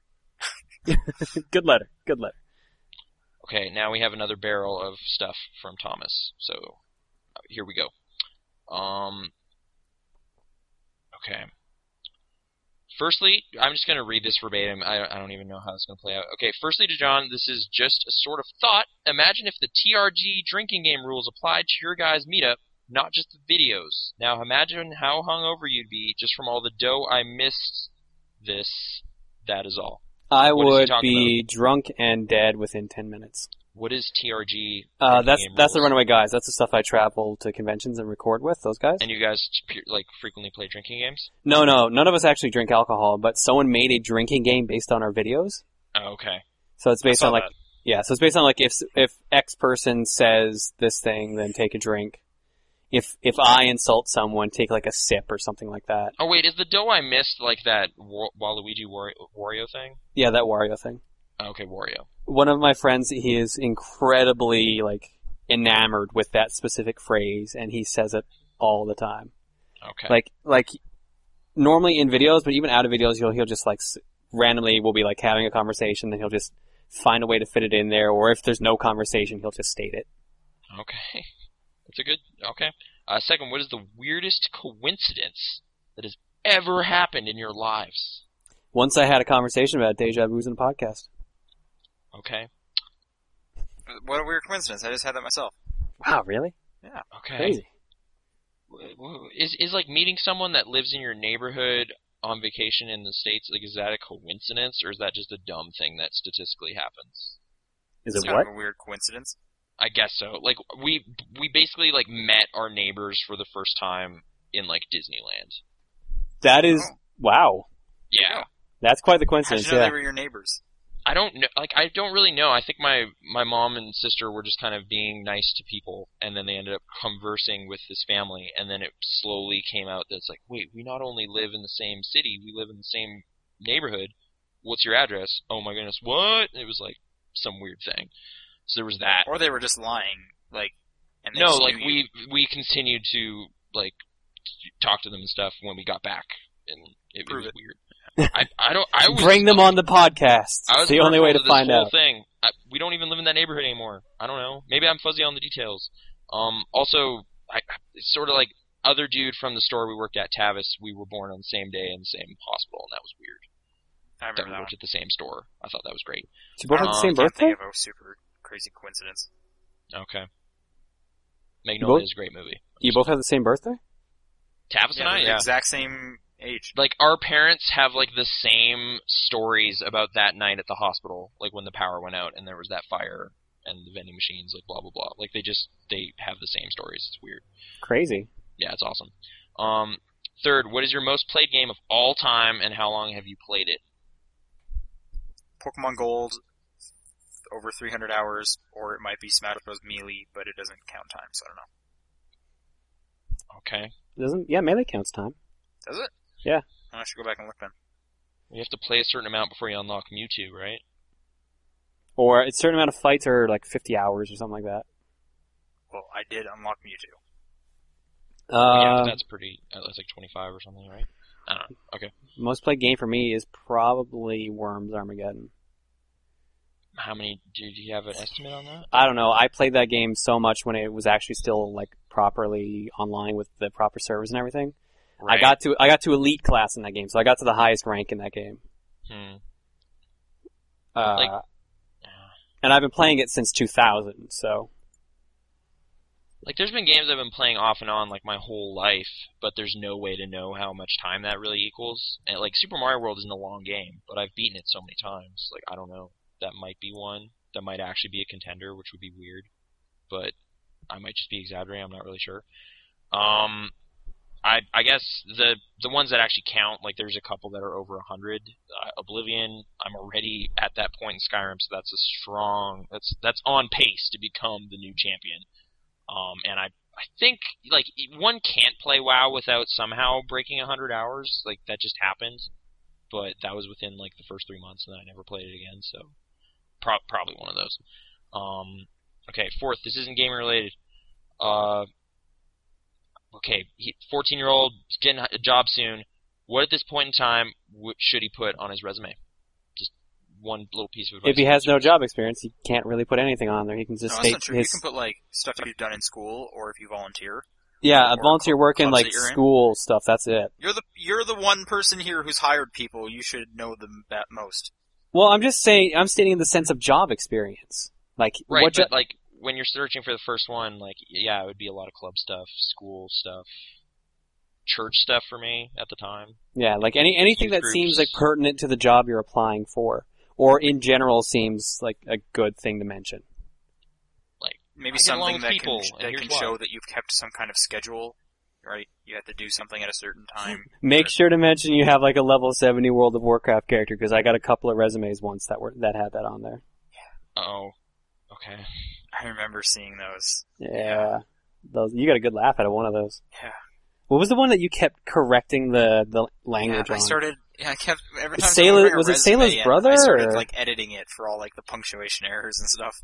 A: Good letter. Good letter.
B: Okay, now we have another barrel of stuff from Thomas. So uh, here we go. Um, okay. Firstly, I'm just going to read this verbatim. I don't, I don't even know how it's going to play out. Okay, firstly to John, this is just a sort of thought. Imagine if the TRG drinking game rules applied to your guys' meetup, not just the videos. Now imagine how hungover you'd be just from all the dough I missed this. That is all.
A: I
B: What is he
A: would
B: talking
A: be drunk and dead within ten minutes.
B: What is TRG?
A: Uh,
B: drinking
A: that's
B: game
A: that's the
B: rules?
A: Runaway Guys. That's the stuff I travel to conventions and record with. Those guys.
B: And you guys pu- like frequently play drinking games?
A: No, no, none of us actually drink alcohol, but someone made a drinking game based on our videos.
B: Oh, okay.
A: So it's based
C: I saw
A: on like
C: that.
A: yeah, so it's based on like if if X person says this thing, then take a drink. If if I insult someone, take like a sip or something like that.
B: Oh wait, is the dough I missed like that Wa- Waluigi War- Wario thing?
A: Yeah, that Wario thing.
B: Oh, okay, Wario.
A: One of my friends, he is incredibly like enamored with that specific phrase, and he says it all the time.
B: Okay.
A: Like like normally in videos, but even out of videos, he'll he'll just like s- randomly we'll be like having a conversation, then he'll just find a way to fit it in there, or if there's no conversation, he'll just state it.
B: okay. That's a good. Okay. Uh, second, what is the weirdest coincidence that has ever happened in your lives?
A: Once I had a conversation about deja vu's in a podcast.
B: Okay.
C: What a weird coincidence. I just had that myself.
A: Wow, really?
B: Okay.
A: Crazy.
B: W- w- Is is like meeting someone that lives in your neighborhood on vacation in the states? Like, is that a coincidence or is that just a dumb thing that statistically happens?
A: Is
C: It's
A: it
C: kind
A: what?
C: of a weird coincidence.
B: I guess so. Like we we basically like met our neighbors for the first time in like Disneyland.
A: That is
C: Oh.
A: wow.
B: Yeah.
A: That's quite the
C: How'd
A: coincidence.
C: you know
A: Yeah.
C: they were your neighbors?
B: I don't know like I don't really know. I think my my mom and sister were just kind of being nice to people and then they ended up conversing with this family and then it slowly came out that it's like, "Wait, we not only live in the same city, we live in the same neighborhood. What's your address?" "Oh my goodness, what?" And it was like some weird thing. So there was that.
C: Or they were just lying, like. And they
B: no,
C: just
B: like
C: knew you.
B: we we continued to like talk to them and stuff when we got back, and it,
C: Prove
B: was
C: it.
B: weird. I I don't I was
A: Bring them on the podcast.
B: I was
A: It's the only way
B: peripheral
A: to find
B: this whole
A: out.
B: Thing I, we don't even live in that neighborhood anymore. I don't know. Maybe I'm fuzzy on the details. Um. Also, I it's sort of like other dude from the store we worked at, Tavis. We were born on the same day in the same hospital, and that was weird.
C: I
B: That
C: remember
B: we
C: that one.
B: worked at the same store. I thought that was great.
A: Did you both have
B: Uh,
A: the same
C: I can't
A: birthday?
C: Think of a super crazy coincidence.
B: Okay. Magnolia is a great movie.
A: You both have the same birthday?
B: Tavis and I,
C: they're the
B: yeah.
C: exact same age.
B: like our parents have like the same stories about that night at the hospital, like when the power went out and there was that fire and the vending machines, like blah blah blah. Like they just they have the same stories. It's weird.
A: Crazy.
B: Yeah, it's awesome. Um, third, what is your most played game of all time, and how long have you played it?
C: Pokemon Gold, over 300 hours, or it might be Smash Bros. Melee, but it doesn't count time, so I don't know.
B: Okay,
A: Doesn't yeah, melee counts time.
C: Does it?
A: Yeah.
C: I should go back and look then.
B: You have to play a certain amount before you unlock Mewtwo, right?
A: Or a certain amount of fights are like fifty hours or something like that.
C: Well, I did unlock Mewtwo.
B: yeah,
A: Uh,
B: but that's pretty. uh, That's like 25 or something, right? I don't know. Okay.
A: most played game for me is probably Worms Armageddon.
B: How many? Do you have an estimate on that?
A: I don't know. I played that game so much when it was actually still like properly online with the proper servers and everything. I
B: Right.
A: got to I got to elite class in that game, so I got to the highest rank in that game.
B: Hmm.
A: Uh,
B: Like- Hmm.
A: and I've been playing it since 2000. So
B: Like, there's been games I've been playing off and on like my whole life, but there's no way to know how much time that really equals. And, like Super Mario World isn't a long game, but I've beaten it so many times. Like, I don't know. That might be one. That might actually be a contender, which would be weird. But I might just be exaggerating. I'm not really sure. Um, I I guess the the ones that actually count, like there's a couple that are over hundred. Uh, Oblivion, I'm already at that point in Skyrim, so that's a strong. That's that's on pace to become the new champion. Um, and I I think like one can't play WoW without somehow breaking hundred hours. Like that just happened, but that was within like the first three months, and then I never played it again. So pro- probably one of those. Um, okay, fourth. This isn't gaming related. Uh, okay, fourteen year old getting a job soon. What at this point in time w- should he put on his resume? Just one little piece of advice.
A: if he has no job experience, he can't really put anything on there. He can just
C: no, that's
A: state
C: not true.
A: his
C: You can put like stuff you've done in school or if you volunteer.
A: yeah, a
C: or
A: volunteer work in
C: clubs
A: like
C: that you're in.
A: school stuff. That's it.
C: You're the you're the one person here who's hired people. You should know them that most.
A: Well, I'm just saying. I'm stating in the sense of job experience. Like
B: Right,
A: what?
B: but
A: jo-
B: like when you're searching for the first one, like yeah, it would be a lot of club stuff, school stuff, church stuff for me at the time.
A: yeah, like any anything that
B: Groups.
A: seems like pertinent to the job you're applying for, or in general seems like a good thing to mention.
C: Maybe
B: I get along
C: something
B: with
C: that
B: people,
C: can
B: and
C: that
B: here's
C: can
B: why.
C: show that you've kept some kind of schedule. Right, you have to do something at a certain time.
A: Make sure to mention you have like a level 70 World of Warcraft character because I got a couple of resumes once that were that had that on there.
B: Oh, okay.
C: I remember seeing those.
A: Yeah. Those you got a good laugh out of one of those.
C: Yeah.
A: What was the one that you kept correcting the the language
C: Yeah, I
A: on?
C: started. Yeah, I kept every time.
A: Sailor-
C: someone wrote a
A: was it
C: resume
A: Sailor's
C: in,
A: brother,
C: I started
A: or-
C: like editing it for all like the punctuation errors and stuff.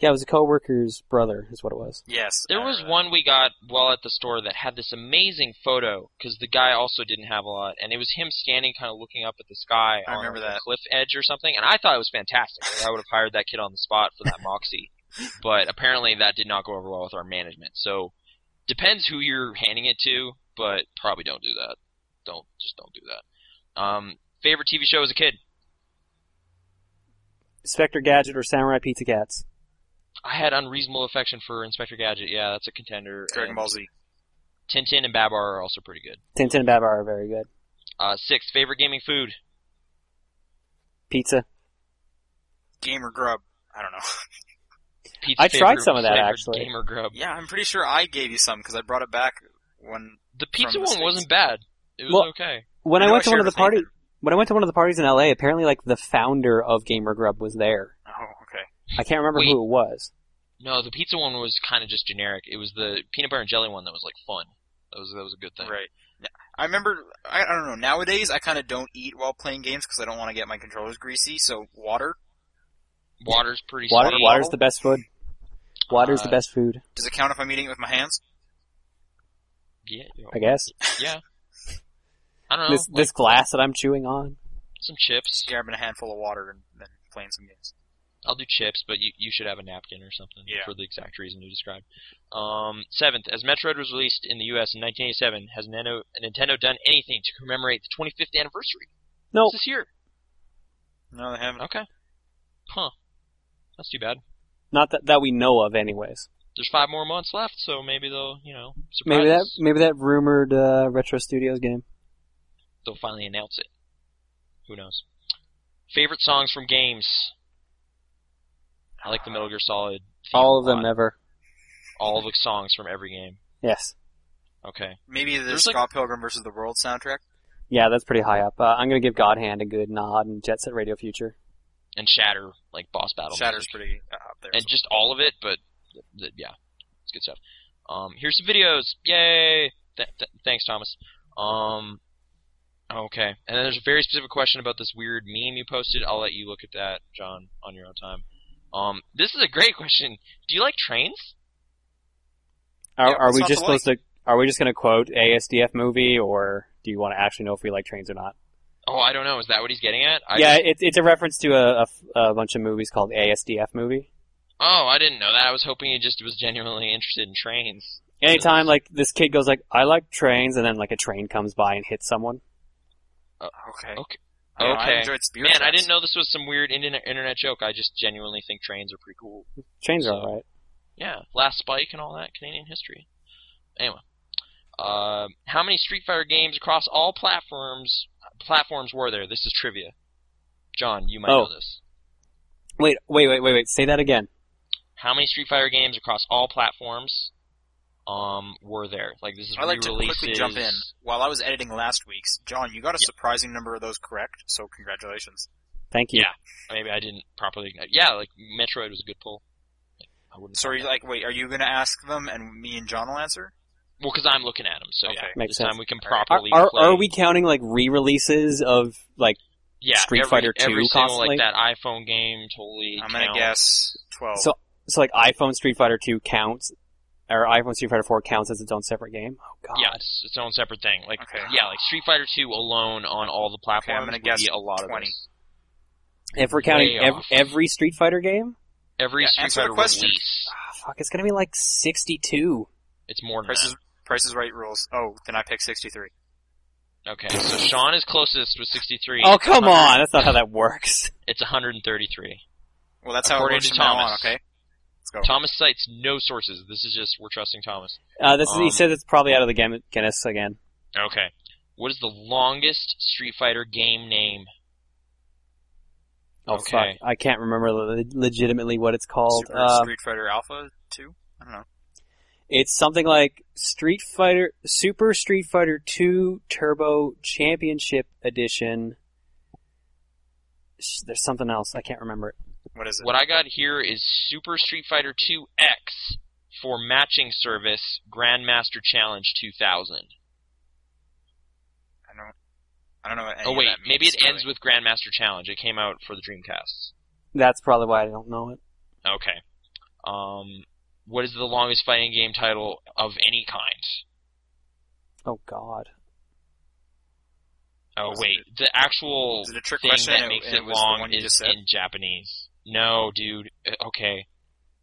A: yeah, it was a coworker's brother is what it was.
C: Yes,
B: There
C: I
B: was
C: remember
B: one we got while at the store that had this amazing photo because the guy also didn't have a lot, and it was him standing kind of looking up at the sky
C: I
B: on
C: remember
B: like, a
C: that.
B: cliff edge or something, and I thought it was fantastic. Like, I would have hired that kid on the spot for that moxie, but apparently that did not go over well with our management. So depends who you're handing it to, but probably don't do that. Don't just don't do that. Um, favorite TV show as a kid?
A: Inspector Gadget or Samurai Pizza Cats.
B: I had unreasonable affection for Inspector Gadget. Yeah, that's a contender.
C: that. Dragon
B: and
C: Ball Z.
B: Tintin and Babar are also pretty good.
A: Tintin and Babar are very good.
B: Uh, six favorite gaming food.
A: Pizza.
C: Gamer Grub. I don't know.
B: Pete's
A: I tried
B: favorite-
A: some of that,
B: favorite
A: actually.
B: Gamer grub.
C: yeah, I'm pretty sure I gave you some because I brought it back when.
B: The pizza
C: From the
B: one
C: States.
B: wasn't bad. It was
A: Well-
B: okay.
A: When
C: I
A: I,
C: know
A: went
C: I
A: to one
C: shared
A: of the
C: with Nathan.
A: party when I went to one of the parties in LA, apparently like the founder of Gamer Grub was there.
C: Oh, okay.
A: I can't remember
B: Wait.
A: who it was.
B: No, the pizza one was kind of just generic. It was the peanut butter and jelly one that was like fun. That was that was a good thing.
C: Right. Yeah, I remember. I, I don't know. Nowadays, I kind of don't eat while playing games because I don't want to get my controllers greasy. So water.
B: Water's pretty
A: Water
B: sweet.
A: water's the best food. Water's the
B: Uh,
A: best food,
C: Does it count if I'm eating it with my hands?
B: Yeah.
A: I guess.
B: I don't know.
A: this this glass that I'm chewing on.
B: some chips.
C: Grabbing a handful of water and then playing some games.
B: I'll do chips, but you, you should have a napkin or something
C: Yeah.
B: for the exact reason you described. Um, seventh, as Metroid was released in the U.S. in 1987, has Nintendo, Nintendo done anything to commemorate the 25th anniversary?
A: No.
B: It's this year.
C: No, they haven't.
B: Okay. Huh. That's too bad.
A: Not that that we know of, anyways.
B: there's five more months left, so maybe they'll, you know, surprise
A: Maybe that
B: us.
A: maybe that rumored uh, Retro Studios game.
B: They'll finally announce it. Who knows? Favorite songs from games. I like the Metal Gear Solid. theme
A: All of
B: a
A: them
B: lot.
A: ever.
B: All the songs from every game.
A: Yes.
B: Okay.
C: Maybe the
B: There's, like-
C: Scott Pilgrim versus the World soundtrack.
A: Yeah, that's pretty high up. Uh, I'm gonna give Godhand a good nod and Jet Set Radio Future.
B: And Shatter, like boss battle.
C: Shatter's
B: music.
C: pretty uh, up there.
B: And just all of it, but th- th- yeah, it's good stuff. Um, here's some videos. Yay! Th- th- thanks, Thomas. Um, okay. And then there's a very specific question about this weird meme you posted. I'll let you look at that, John, on your own time. Um, this is a great question. Do you like trains?
A: Are,
C: Yeah,
A: are
C: what's
A: we
C: not
A: just
C: to like?
A: supposed to? Are we just going to quote ASDF movie, or do you want to actually know if we like trains or not?
B: Oh, I don't know. Is that what he's getting at? I
A: yeah,
B: just-
A: it, it's a reference to a, a f- a bunch of movies called ASDF movie.
B: oh, I didn't know that. I was hoping he just was genuinely interested in trains.
A: Anytime like this kid goes like, "I like trains," and then like a train comes by and hits someone.
C: Okay.
B: Okay.
C: I, don't know, I
B: Okay.
C: enjoyed Spear
B: Man, I
C: Tracks.
B: didn't know this was some weird internet internet joke. I just genuinely think trains are pretty cool.
A: Trains are
B: So-
A: alright.
B: Yeah, Last Spike and all that Canadian history. Anyway, uh, how many Street Fighter games across all platforms platforms were there? This is trivia. John, you might
A: Oh.
B: know this.
A: Wait, wait, wait, wait, wait. Say that again.
B: How many Street Fighter games across all platforms um, were there? Like this is
C: I'd like to
B: re-releases.
C: quickly jump in. While I was editing last week's, John, you got a surprising number of those correct, so congratulations.
A: Thank you.
B: Yeah. Maybe I didn't properly. Yeah, like Metroid was a good pull. I wouldn't.
C: So are you like, wait, are you going to ask them and me and John will answer?
B: Well, because I'm looking at them, so yeah.
C: Okay.
A: Makes
B: this
A: sense.
B: time we can
C: Alright.
A: Are,
B: properly.
A: are,
B: play.
A: are we counting like re-releases of like?
B: Yeah,
A: Street
B: every,
A: Fighter
B: every
A: 2
B: single
A: constantly?
B: like that iPhone game totally.
C: I'm going to
B: counts.
C: guess 12.
A: So- So like iPhone Street Fighter Two counts, or iPhone Street Fighter Four counts as its own separate game. Oh God.
B: Yeah, it's its own separate thing. Like
C: Okay.
B: yeah, like Street Fighter Two alone on all the platforms
C: gonna
B: would
C: guess
B: be a lot of
C: 20.
B: this.
A: If we're counting
B: Way
A: ev-
B: off.
A: every Street Fighter game,
B: Every
C: Yeah,
B: Street
C: answer the
B: Fighter
C: question.
B: release,
A: Ah, fuck, it's gonna be like sixty-two.
B: it's more than
C: Price is, Price is Right rules. Oh, then I picked 63.
B: that. Okay, so Sean is closest with 63.
A: Oh come
B: Hunter-
A: on, that's not how that works.
B: It's 133.
C: Well, that's how it
B: According
C: works
B: to
C: from now on,
B: Thomas.
C: okay? Let's go.
B: Thomas cites no sources. This is just we're trusting Thomas.
A: Uh, this is, he
B: Um,
A: says it's probably out of the Gam- Guinness again.
B: Okay. What is the longest Street Fighter game name?
A: Oh fuck,
B: Okay.
A: I can't remember le- legitimately what it's called.
C: Super
A: Uh,
C: Street Fighter Alpha 2? I don't know.
A: it's something like Street Fighter Super Street Fighter Two Turbo Championship Edition. Sh- There's something else I can't remember. it.
C: What is it?
B: What I got here is Super Street Fighter 2 X for matching service Grandmaster Challenge 2000.
C: I don't, I don't know what any
B: oh
C: of
B: wait,
C: that means,
B: maybe it
C: really.
B: ends with Grandmaster Challenge. It came out for the Dreamcast.
A: That's probably why I don't know it.
B: Okay. Um, what is the longest fighting game title of any kind?
A: Oh god.
B: Oh
C: Was
B: wait, the actual
C: Is it a trick
B: thing
C: question?
B: that
C: and
B: makes
C: and
B: it
C: was the
B: long
C: one you just
B: is
C: said?
B: in Japanese. No, dude. Uh, Okay.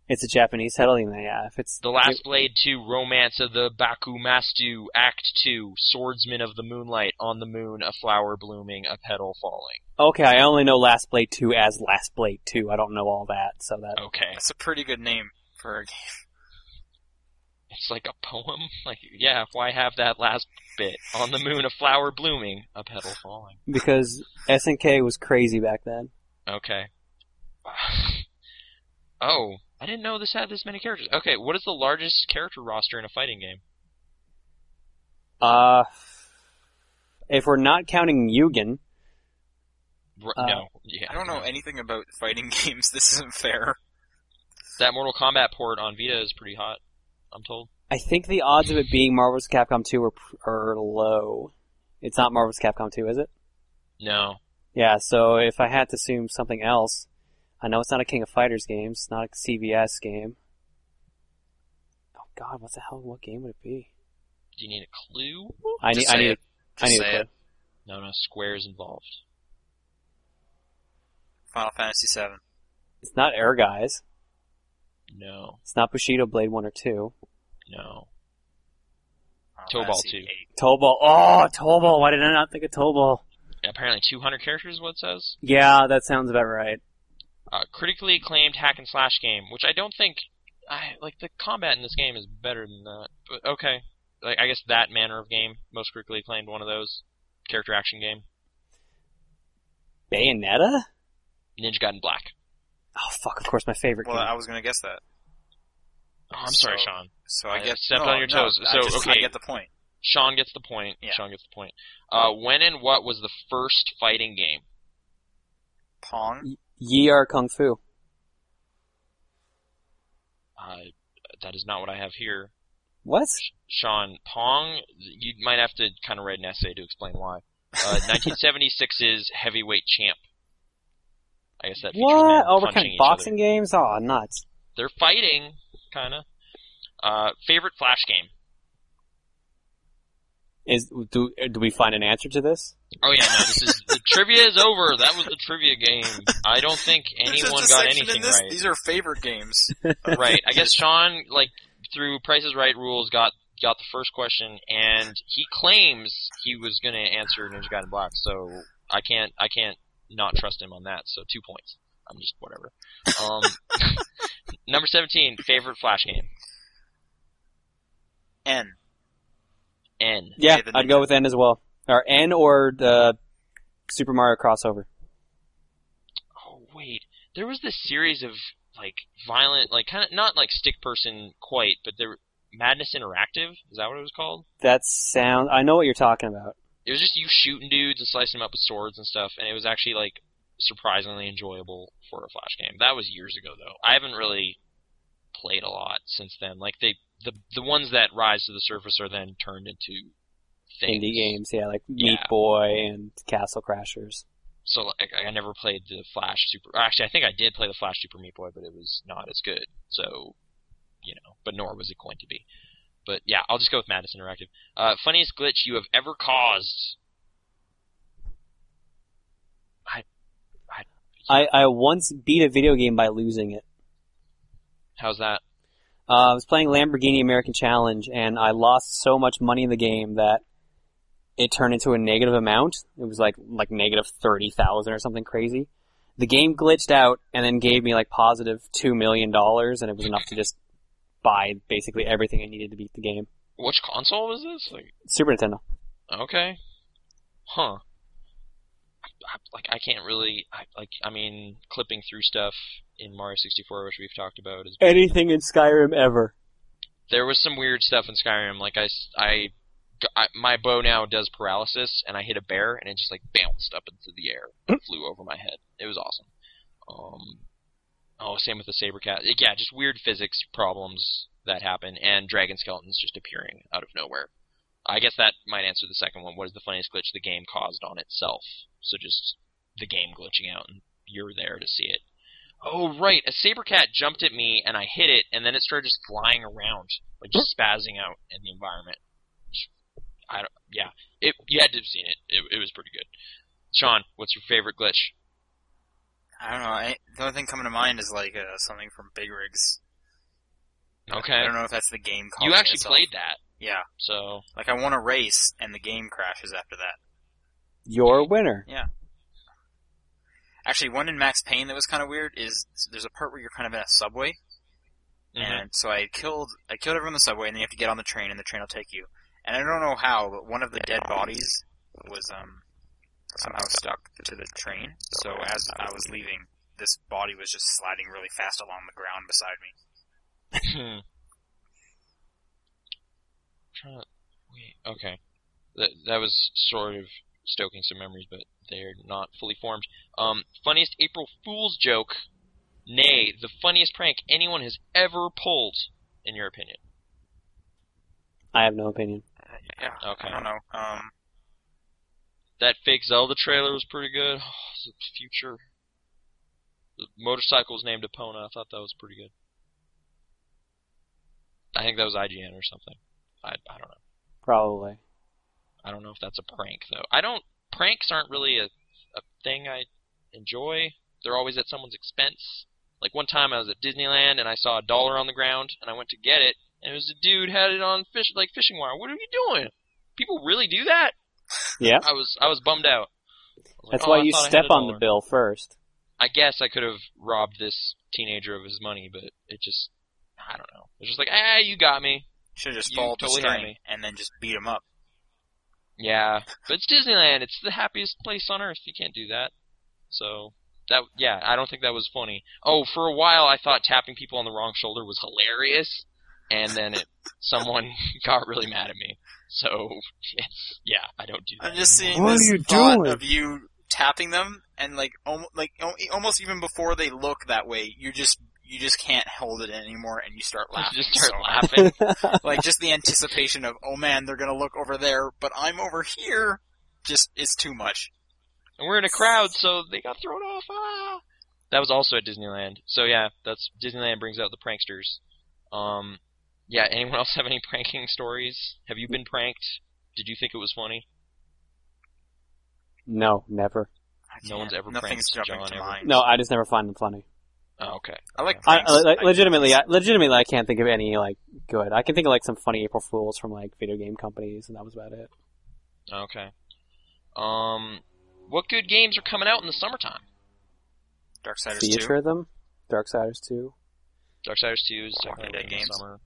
A: It's a Japanese title, even though, yeah. If it's
B: The Last Blade 2, Romance of the Bakumastu, Act 2, Swordsman of the Moonlight, On the Moon, A Flower Blooming, A Petal Falling.
A: okay, I only know Last Blade Two as Last Blade Two. I don't know all that, so that
B: Okay.
C: That's a pretty good name for a game.
B: It's like a poem. Like, yeah, why have that last bit? On the Moon, A Flower Blooming, A Petal Falling.
A: because SNK was crazy back then.
B: Okay. oh, I didn't know this had this many characters. Okay, what is the largest character roster in a fighting game?
A: Uh, if we're not counting Yugen,
B: R-
A: Uh,
B: no, yeah,
C: I don't know
B: no.
C: anything about fighting games. This isn't fair.
B: That Mortal Kombat port on Vita is pretty hot. I'm told.
A: I think the odds of it being Marvel's Capcom 2 are, pr- are low. It's not Marvel's Capcom 2, is it?
B: No,
A: Yeah, so if I had to assume something else, I know it's not a King of Fighters game, it's not a CVS game. Oh god, what the hell, what game would it be?
B: do you need a clue?
A: I need,
C: Just
A: I
C: say
A: need,
C: it.
A: I
C: Just
A: need a
C: say
A: clue.
C: it.
B: No, no, Square's involved.
C: Final Fantasy VII.
A: It's not Air Guys.
B: No,
A: It's not Bushido Blade 1 or 2.
B: no.
C: Final
B: Tobal
C: Fantasy
B: two.
C: VIII.
A: Tobal. Oh, Tobal. Why did I not think of Tobal?
B: Apparently, 200 characters is what it says.
A: Yeah, that sounds about right.
B: Uh, critically acclaimed hack and slash game, which I don't think, I like the combat in this game is better than that. But okay, like I guess that manner of game, most critically acclaimed one of those character action game,
A: Bayonetta?
B: Ninja Gaiden Black.
A: Oh, fuck, of course, my favorite
C: Well,
A: game.
B: uh,
C: I was gonna guess that.
B: Oh, I'm sorry,
C: So-
B: Sean.
C: So I
B: I
C: get
B: stepped
C: no,
B: on your
C: no,
B: toes.
C: I
B: So,
C: just- I
B: okay.
C: get the point.
B: Sean gets the point.
C: Yeah.
B: Sean gets the point. Uh, when and what was the first fighting game?
C: Pong.
A: Yi are Kung Fu.
B: Uh, that is not what I have here.
A: What?
B: Sean Pong. You might have to kind of write an essay to explain why. Uh, 1976's heavyweight champ. I guess that features men
A: What? Oh, we're
B: punching
A: kind of
B: each
A: boxing
B: other.
A: games? Oh, nuts.
B: They're fighting, kind of. Uh, favorite Flash game?
A: Is do do we find an answer to this?
B: Oh yeah, no, this is the trivia is over. That was the trivia game. I don't think anyone got anything right.
C: These are favorite games.
B: right. I guess Sean, like through Price's Right rules, got got the first question, and he claims he was going to answer Ninja Gaiden Black. So I can't I can't not trust him on that. So two points. I'm just whatever. Um, number seventeen, favorite Flash game.
C: N.
B: N.
A: Yeah,
C: Okay, then
A: I'd go with N as well, or N or uh, Super Mario crossover.
B: Oh wait, there was this series of like violent, like kind of not like stick person quite, but there Madness Interactive. Is that what it was called?
A: That sound. I know what you're talking about.
B: it was just you shooting dudes and slicing them up with swords and stuff, and it was actually like surprisingly enjoyable for a flash game. That was years ago though. I haven't really played a lot since then. Like they the the ones that rise to the surface are then turned into things.
A: Indie games, yeah, like Meat
B: Yeah.
A: Boy and Castle Crashers.
B: So like I I never played the Flash Super. Actually, I think I did play the Flash Super Meat Boy, but it was not as good. So, you know, but nor was it going to be. But yeah, I'll just go with Madness Interactive. Uh, funniest glitch you have ever caused.
A: I, I once beat a video game by losing it.
B: How's that?
A: Uh, I was playing Lamborghini American Challenge, and I lost so much money in the game that it turned into a negative amount. It was like like negative thirty thousand or something crazy. The game glitched out and then gave me like positive two million dollars, and it was enough to just buy basically everything I needed to beat the game.
B: Which console was this? Like,
A: Super Nintendo.
B: okay, huh? I, I, like, I can't really. I, like, I mean, clipping through stuff in Mario 64, which we've talked about, is
A: Anything in Skyrim ever.
B: there was some weird stuff in Skyrim. Like, I, s- I- I- my bow now does paralysis, and I hit a bear, and it just like bounced up into the air, and flew over my head. It was awesome. Um, oh, same with the saber cat. Yeah, just weird physics problems that happen, and dragon skeletons just appearing out of nowhere. I guess that might answer the second one. What is the funniest glitch the game caused on itself? So just the game glitching out, and you're there to see it. Oh right, a saber cat jumped at me, and I hit it, and then it started just flying around, like just spazzing out in the environment. I don't, yeah, it you had to have seen it. It, it was pretty good. Sean, what's your favorite glitch?
C: I don't know. I, the only thing coming to mind is like uh, something from Big Rigs. I
B: Okay,
C: don't know if that's the game.
B: you
C: causing
B: actually
C: itself.
B: played that,
C: Yeah.
B: so
C: Like I won a race and the game crashes after that.
A: You're a winner.
C: Actually, one in Max Payne that was kind of weird is there's a part where you're kind of in a subway,
B: mhm.
C: and so I killed I killed everyone in the subway, and then you have to get on the train, and the train will take you. And I don't know how, but one of the dead bodies was um somehow stuck to the train. So as I was leaving, this body was just sliding really fast along the ground beside me.
B: Hmm. Trying to, wait, okay. That that was sort of stoking some memories, but they're not fully formed. Um, funniest April Fool's joke, nay, the funniest prank anyone has ever pulled, in your opinion.
A: I have no opinion.
C: Yeah.
B: Okay.
C: I don't know. Um,
B: That fake Zelda trailer was pretty good. the future. The motorcycle was named Epona. I thought that was pretty good. I think that was IGN or something. I I don't know.
A: Probably.
B: I don't know if that's a prank though. I don't pranks aren't really a a thing I enjoy. They're always at someone's expense. Like one time I was at Disneyland and I saw a dollar on the ground and I went to get it and it was a dude had it on fish like fishing wire. What are you doing? People really do that?
A: Yeah.
B: I was I was bummed out. I was like,
A: That's
B: "Oh,
A: why
B: I
A: you
B: thought I had
A: step
B: a
A: on the
B: dollar."
A: bill first.
B: I guess I could have robbed this teenager of his money, but it just I don't know. It was just like, ah, you got me.
C: should have just
B: You
C: followed
B: totally
C: the
B: had
C: train
B: me.
C: and then just beat him up.
B: Yeah, but it's Disneyland. It's the happiest place on earth. You can't do that. So that yeah, I don't think that was funny. Oh, for a while I thought tapping people on the wrong shoulder was hilarious, and then it someone got really mad at me. So it's, yeah, I don't do that.
C: I'm just seeing
A: What are
C: this
A: you
C: thought
A: doing?
C: of you tapping them, and like, om- like al- almost even before they look that way, you just you just can't hold it in anymore, and you start laughing.
B: You just start
C: so hard.
B: laughing.
C: like just the anticipation of, oh man, they're gonna look over there, but I'm over here. Just is too much.
B: and we're in a crowd, so they got thrown off. Ah! That was also at Disneyland. So yeah, that's Disneyland brings out the pranksters. Um, yeah. Anyone else have any pranking stories? Have you been pranked? Did you think it was funny?
A: No, never.
C: I
B: No
C: can't.
B: one's ever
C: Nothing's
B: pranked
C: jumping
B: John
C: to
B: ever.
C: mind.
A: No, I just never find them funny.
B: Oh, okay.
C: I like
A: I,
C: pranks.
A: I- like,
C: I-
A: legitimately, I, legitimately, I can't think of any like good. I can think of like some funny April Fools from like video game companies, and that was about it.
B: Okay. Um, what good games are coming out in the summertime?
C: Darksiders
A: Theater
C: two.
A: of them, Darksiders two.
B: Darksiders 2 is
C: Walking
B: definitely
C: Dead
B: in the
C: games.
B: summer.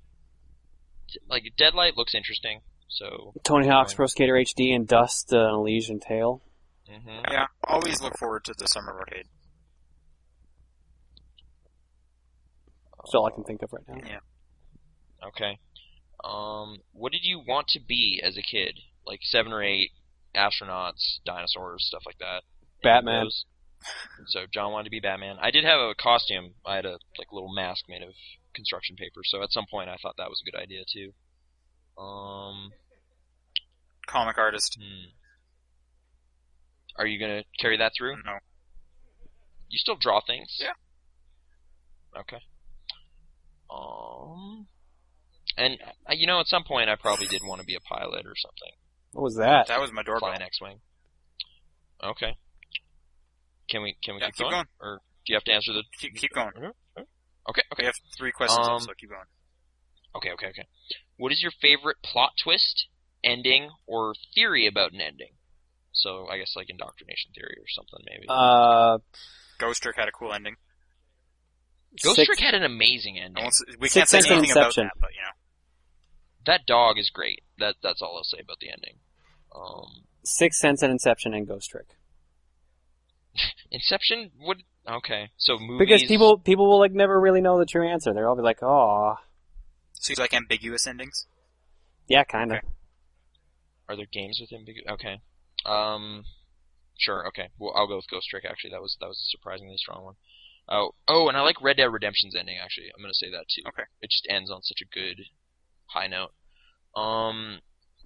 B: Like Deadlight looks interesting, so
A: Tony Hawk's
B: Fine.
A: Pro Skater HD and Dust uh, and Elysian Tale.
B: hmm
C: Yeah, always look forward to the summer arcade.
A: That's all I can think of right now.
B: Oh. Uh, Okay. Um, what did you want to be as a kid? Like seven or eight, astronauts, dinosaurs, stuff like that. Any of
A: Batman.
B: those? So John wanted to be Batman. I did have a costume. I had a like little mask made of construction paper. So at some point, I thought that was a good idea too. Um,
C: Comic artist.
B: hmm. are you gonna carry that through?
C: No.
B: You still draw things?
C: Hmm. Yeah.
B: Okay. Um, and uh, you know, at some point, I probably did want to be a pilot or something,
A: What was that?
C: That was my
B: fly
C: doorbell.
B: an X-wing. Okay. Can we can we
C: Yeah,
B: keep,
C: keep
B: going?
C: going.
B: or do you have to answer the?
C: Keep, keep going.
B: Okay, okay,
C: We have three questions,
B: Um,
C: left, so keep going.
B: okay, okay, okay. What is your favorite plot twist, ending, or theory about an ending? So I guess like indoctrination theory or something maybe.
A: Uh,
C: Ghost Trick had a cool ending.
B: Ghost
A: six-
B: Trick had an amazing
C: I
B: ending.
C: won't s- we
A: Sixth
C: can't say
A: Sense and
C: anything about
A: Inception.
C: that, but you know.
B: That dog is great. That that's all I'll say about the ending. Um,
A: Sixth Sense and Inception and Ghost Trick.
B: Inception would okay. So movies
A: Because people people will like never really know the true answer. They'll all be like, "Oh,
C: So you like ambiguous endings?
A: yeah, kind of."
B: are there games with ambiguous? Okay, um, sure. Okay, well I'll go with Ghost Trick. Actually, that was that was a surprisingly strong one. Oh oh, and I like Red Dead Redemption's ending. Actually, I'm gonna say that too.
C: Okay.
B: it just ends on such a good high note. Um.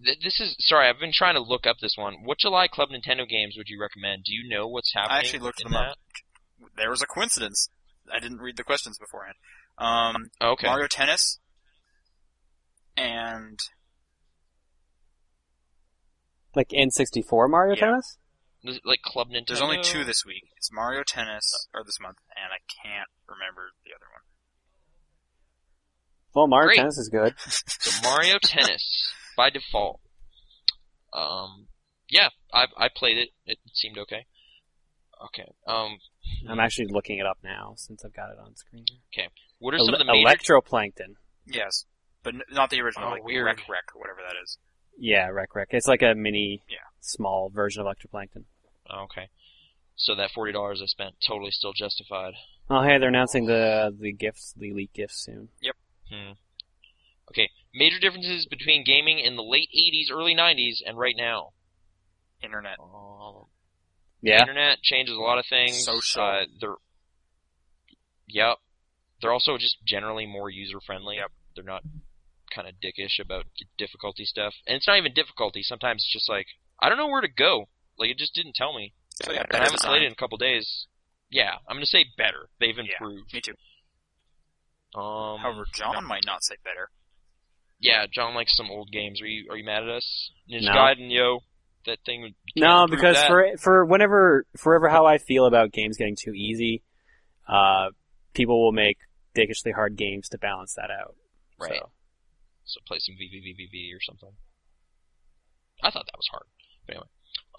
B: th- This is sorry. I've been trying to look up this one. What July Club Nintendo games would you recommend? Do you know what's happening?
C: actually looked
B: in
C: them
B: that?
C: up. There was a coincidence. I didn't read the questions beforehand. Um,
B: Okay.
C: Mario Tennis and
A: Like N64 Mario
C: Yeah.
A: Tennis.
B: Is it, like Club Nintendo.
C: there's only two this week. It's Mario Tennis or this month, and I can't remember the other one.
A: Well, Mario
B: Great.
A: Tennis is good.
B: So Mario Tennis by default. Um, yeah, I I played it. It seemed okay. Okay. Um,
A: I'm actually looking it up now since I've got it on screen.
B: what are some of the
A: Ele-
B: major?
A: electroplankton.
C: Yes, but n- not the original.
B: Oh,
C: like
B: weird.
C: Rec Rec or whatever that is.
A: Yeah, Rec Rec. It's like a mini,
C: Yeah.
A: small version of electroplankton.
B: oh, okay. So that forty dollars I spent totally still justified.
A: Oh, hey, they're announcing the the gifts, the elite gifts soon.
B: Hmm. Okay. Major differences between gaming in the late '80s, early '90s, and right now.
C: Internet.
B: Um,
A: Yeah,
B: internet changes a lot of things.
C: Social.
B: Uh, they're, yep. They're also just generally more user friendly.
C: Yep.
B: They're not kind of dickish about d- difficulty stuff, and it's not even difficulty. Sometimes it's just like I don't know where to go. Like it just didn't tell me.
C: So yeah,
B: And I
C: better
B: haven't played
C: design.
B: it in a couple days. Yeah, I'm gonna say better. They've
C: Yeah.
B: improved.
C: Me too.
B: Um,
C: However, John might not say better.
B: yeah, John likes some old games. Are you are you mad at us? Ninja
A: No.
B: Gaiden, yo, that thing. would-
A: no,
B: can't improve
A: because
B: that.
A: for for whenever forever how I feel about games getting too easy, uh, people will make dickishly hard games to balance that out.
B: Right.
A: So,
B: So play some VVVVV or something. I thought that was hard. But anyway.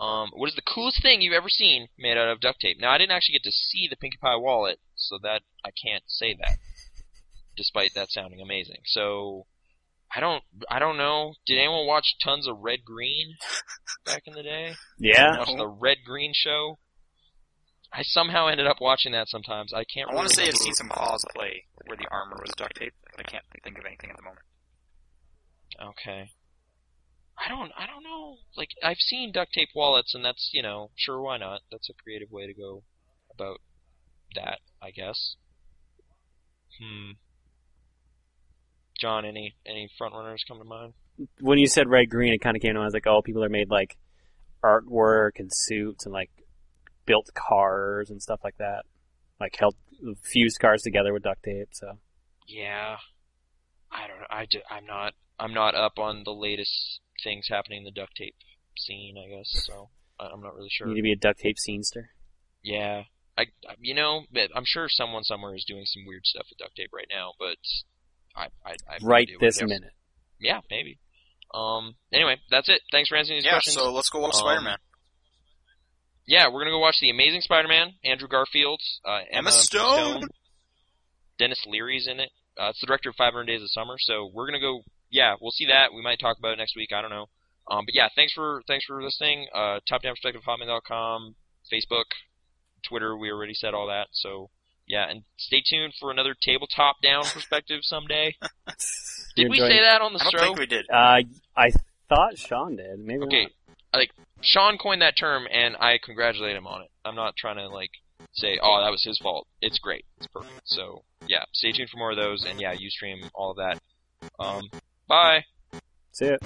B: Um, what is the coolest thing you've ever seen made out of duct tape? Now, I didn't actually get to see the Pinkie Pie wallet, so that I can't say that, despite that sounding amazing. So, I don't, I don't know. Did anyone watch tons of Red Green back in the day?
A: yeah,
B: Watch
C: No.
B: the Red Green show. I somehow ended up watching that sometimes. I can't.
C: I want to
B: really
C: say I've
B: remember.
C: seen some cosplay where the armor was duct tape. I can't think of anything at the moment.
B: Okay. I don't I don't know. Like I've seen duct tape wallets and that's, you know, sure why not? That's a creative way to go about that, I guess. Hmm. John, any any front runners come to mind?
A: When you said red green, it kind of came to mind. I was like, oh, people are made like artwork and suits and like built cars and stuff like that. Like held fused cars together with duct tape. So
B: Yeah. I don't know. I ju- I'm not I'm not up on the latest things happening in the duct tape scene. I guess so. I- I'm not really sure.
A: you need to be a duct tape scenester.
B: Yeah. I, I- you know, but I'm sure someone somewhere is doing some weird stuff with duct tape right now, but I, I, I have no
A: Right
B: idea what
A: this
B: it is.
A: minute.
B: Yeah, maybe. Um. Anyway, that's it. Thanks for answering these
C: Yeah,
B: questions.
C: so let's go watch
A: Oh,
B: Um,
C: Spider Man.
B: yeah, we're gonna go watch the Amazing Spider-Man. Andrew Garfield, uh, Emma,
C: Emma Stone.
B: Dennis Leary's in it. Uh, it's the director of 500 Days of Summer. So we're gonna go. Yeah, we'll see that. We might talk about it next week. I don't know. Um, but yeah, thanks for thanks for listening. Uh, TopDownPerspectiveHotman.com, Facebook, Twitter. We already said all that. So yeah, and stay tuned for another tabletop down perspective someday. Did
A: You're
B: we
A: enjoying-
B: say that on the
C: I don't
B: show?
C: think we did.
A: Uh, I thought Sean did. Maybe
B: Okay,
A: not.
B: like Sean coined that term, and I congratulate him on it. I'm not trying to like say, oh, that was his fault. It's great. It's perfect. So yeah, stay tuned for more of those, and yeah, you stream all of that. Um, bye.
A: See it.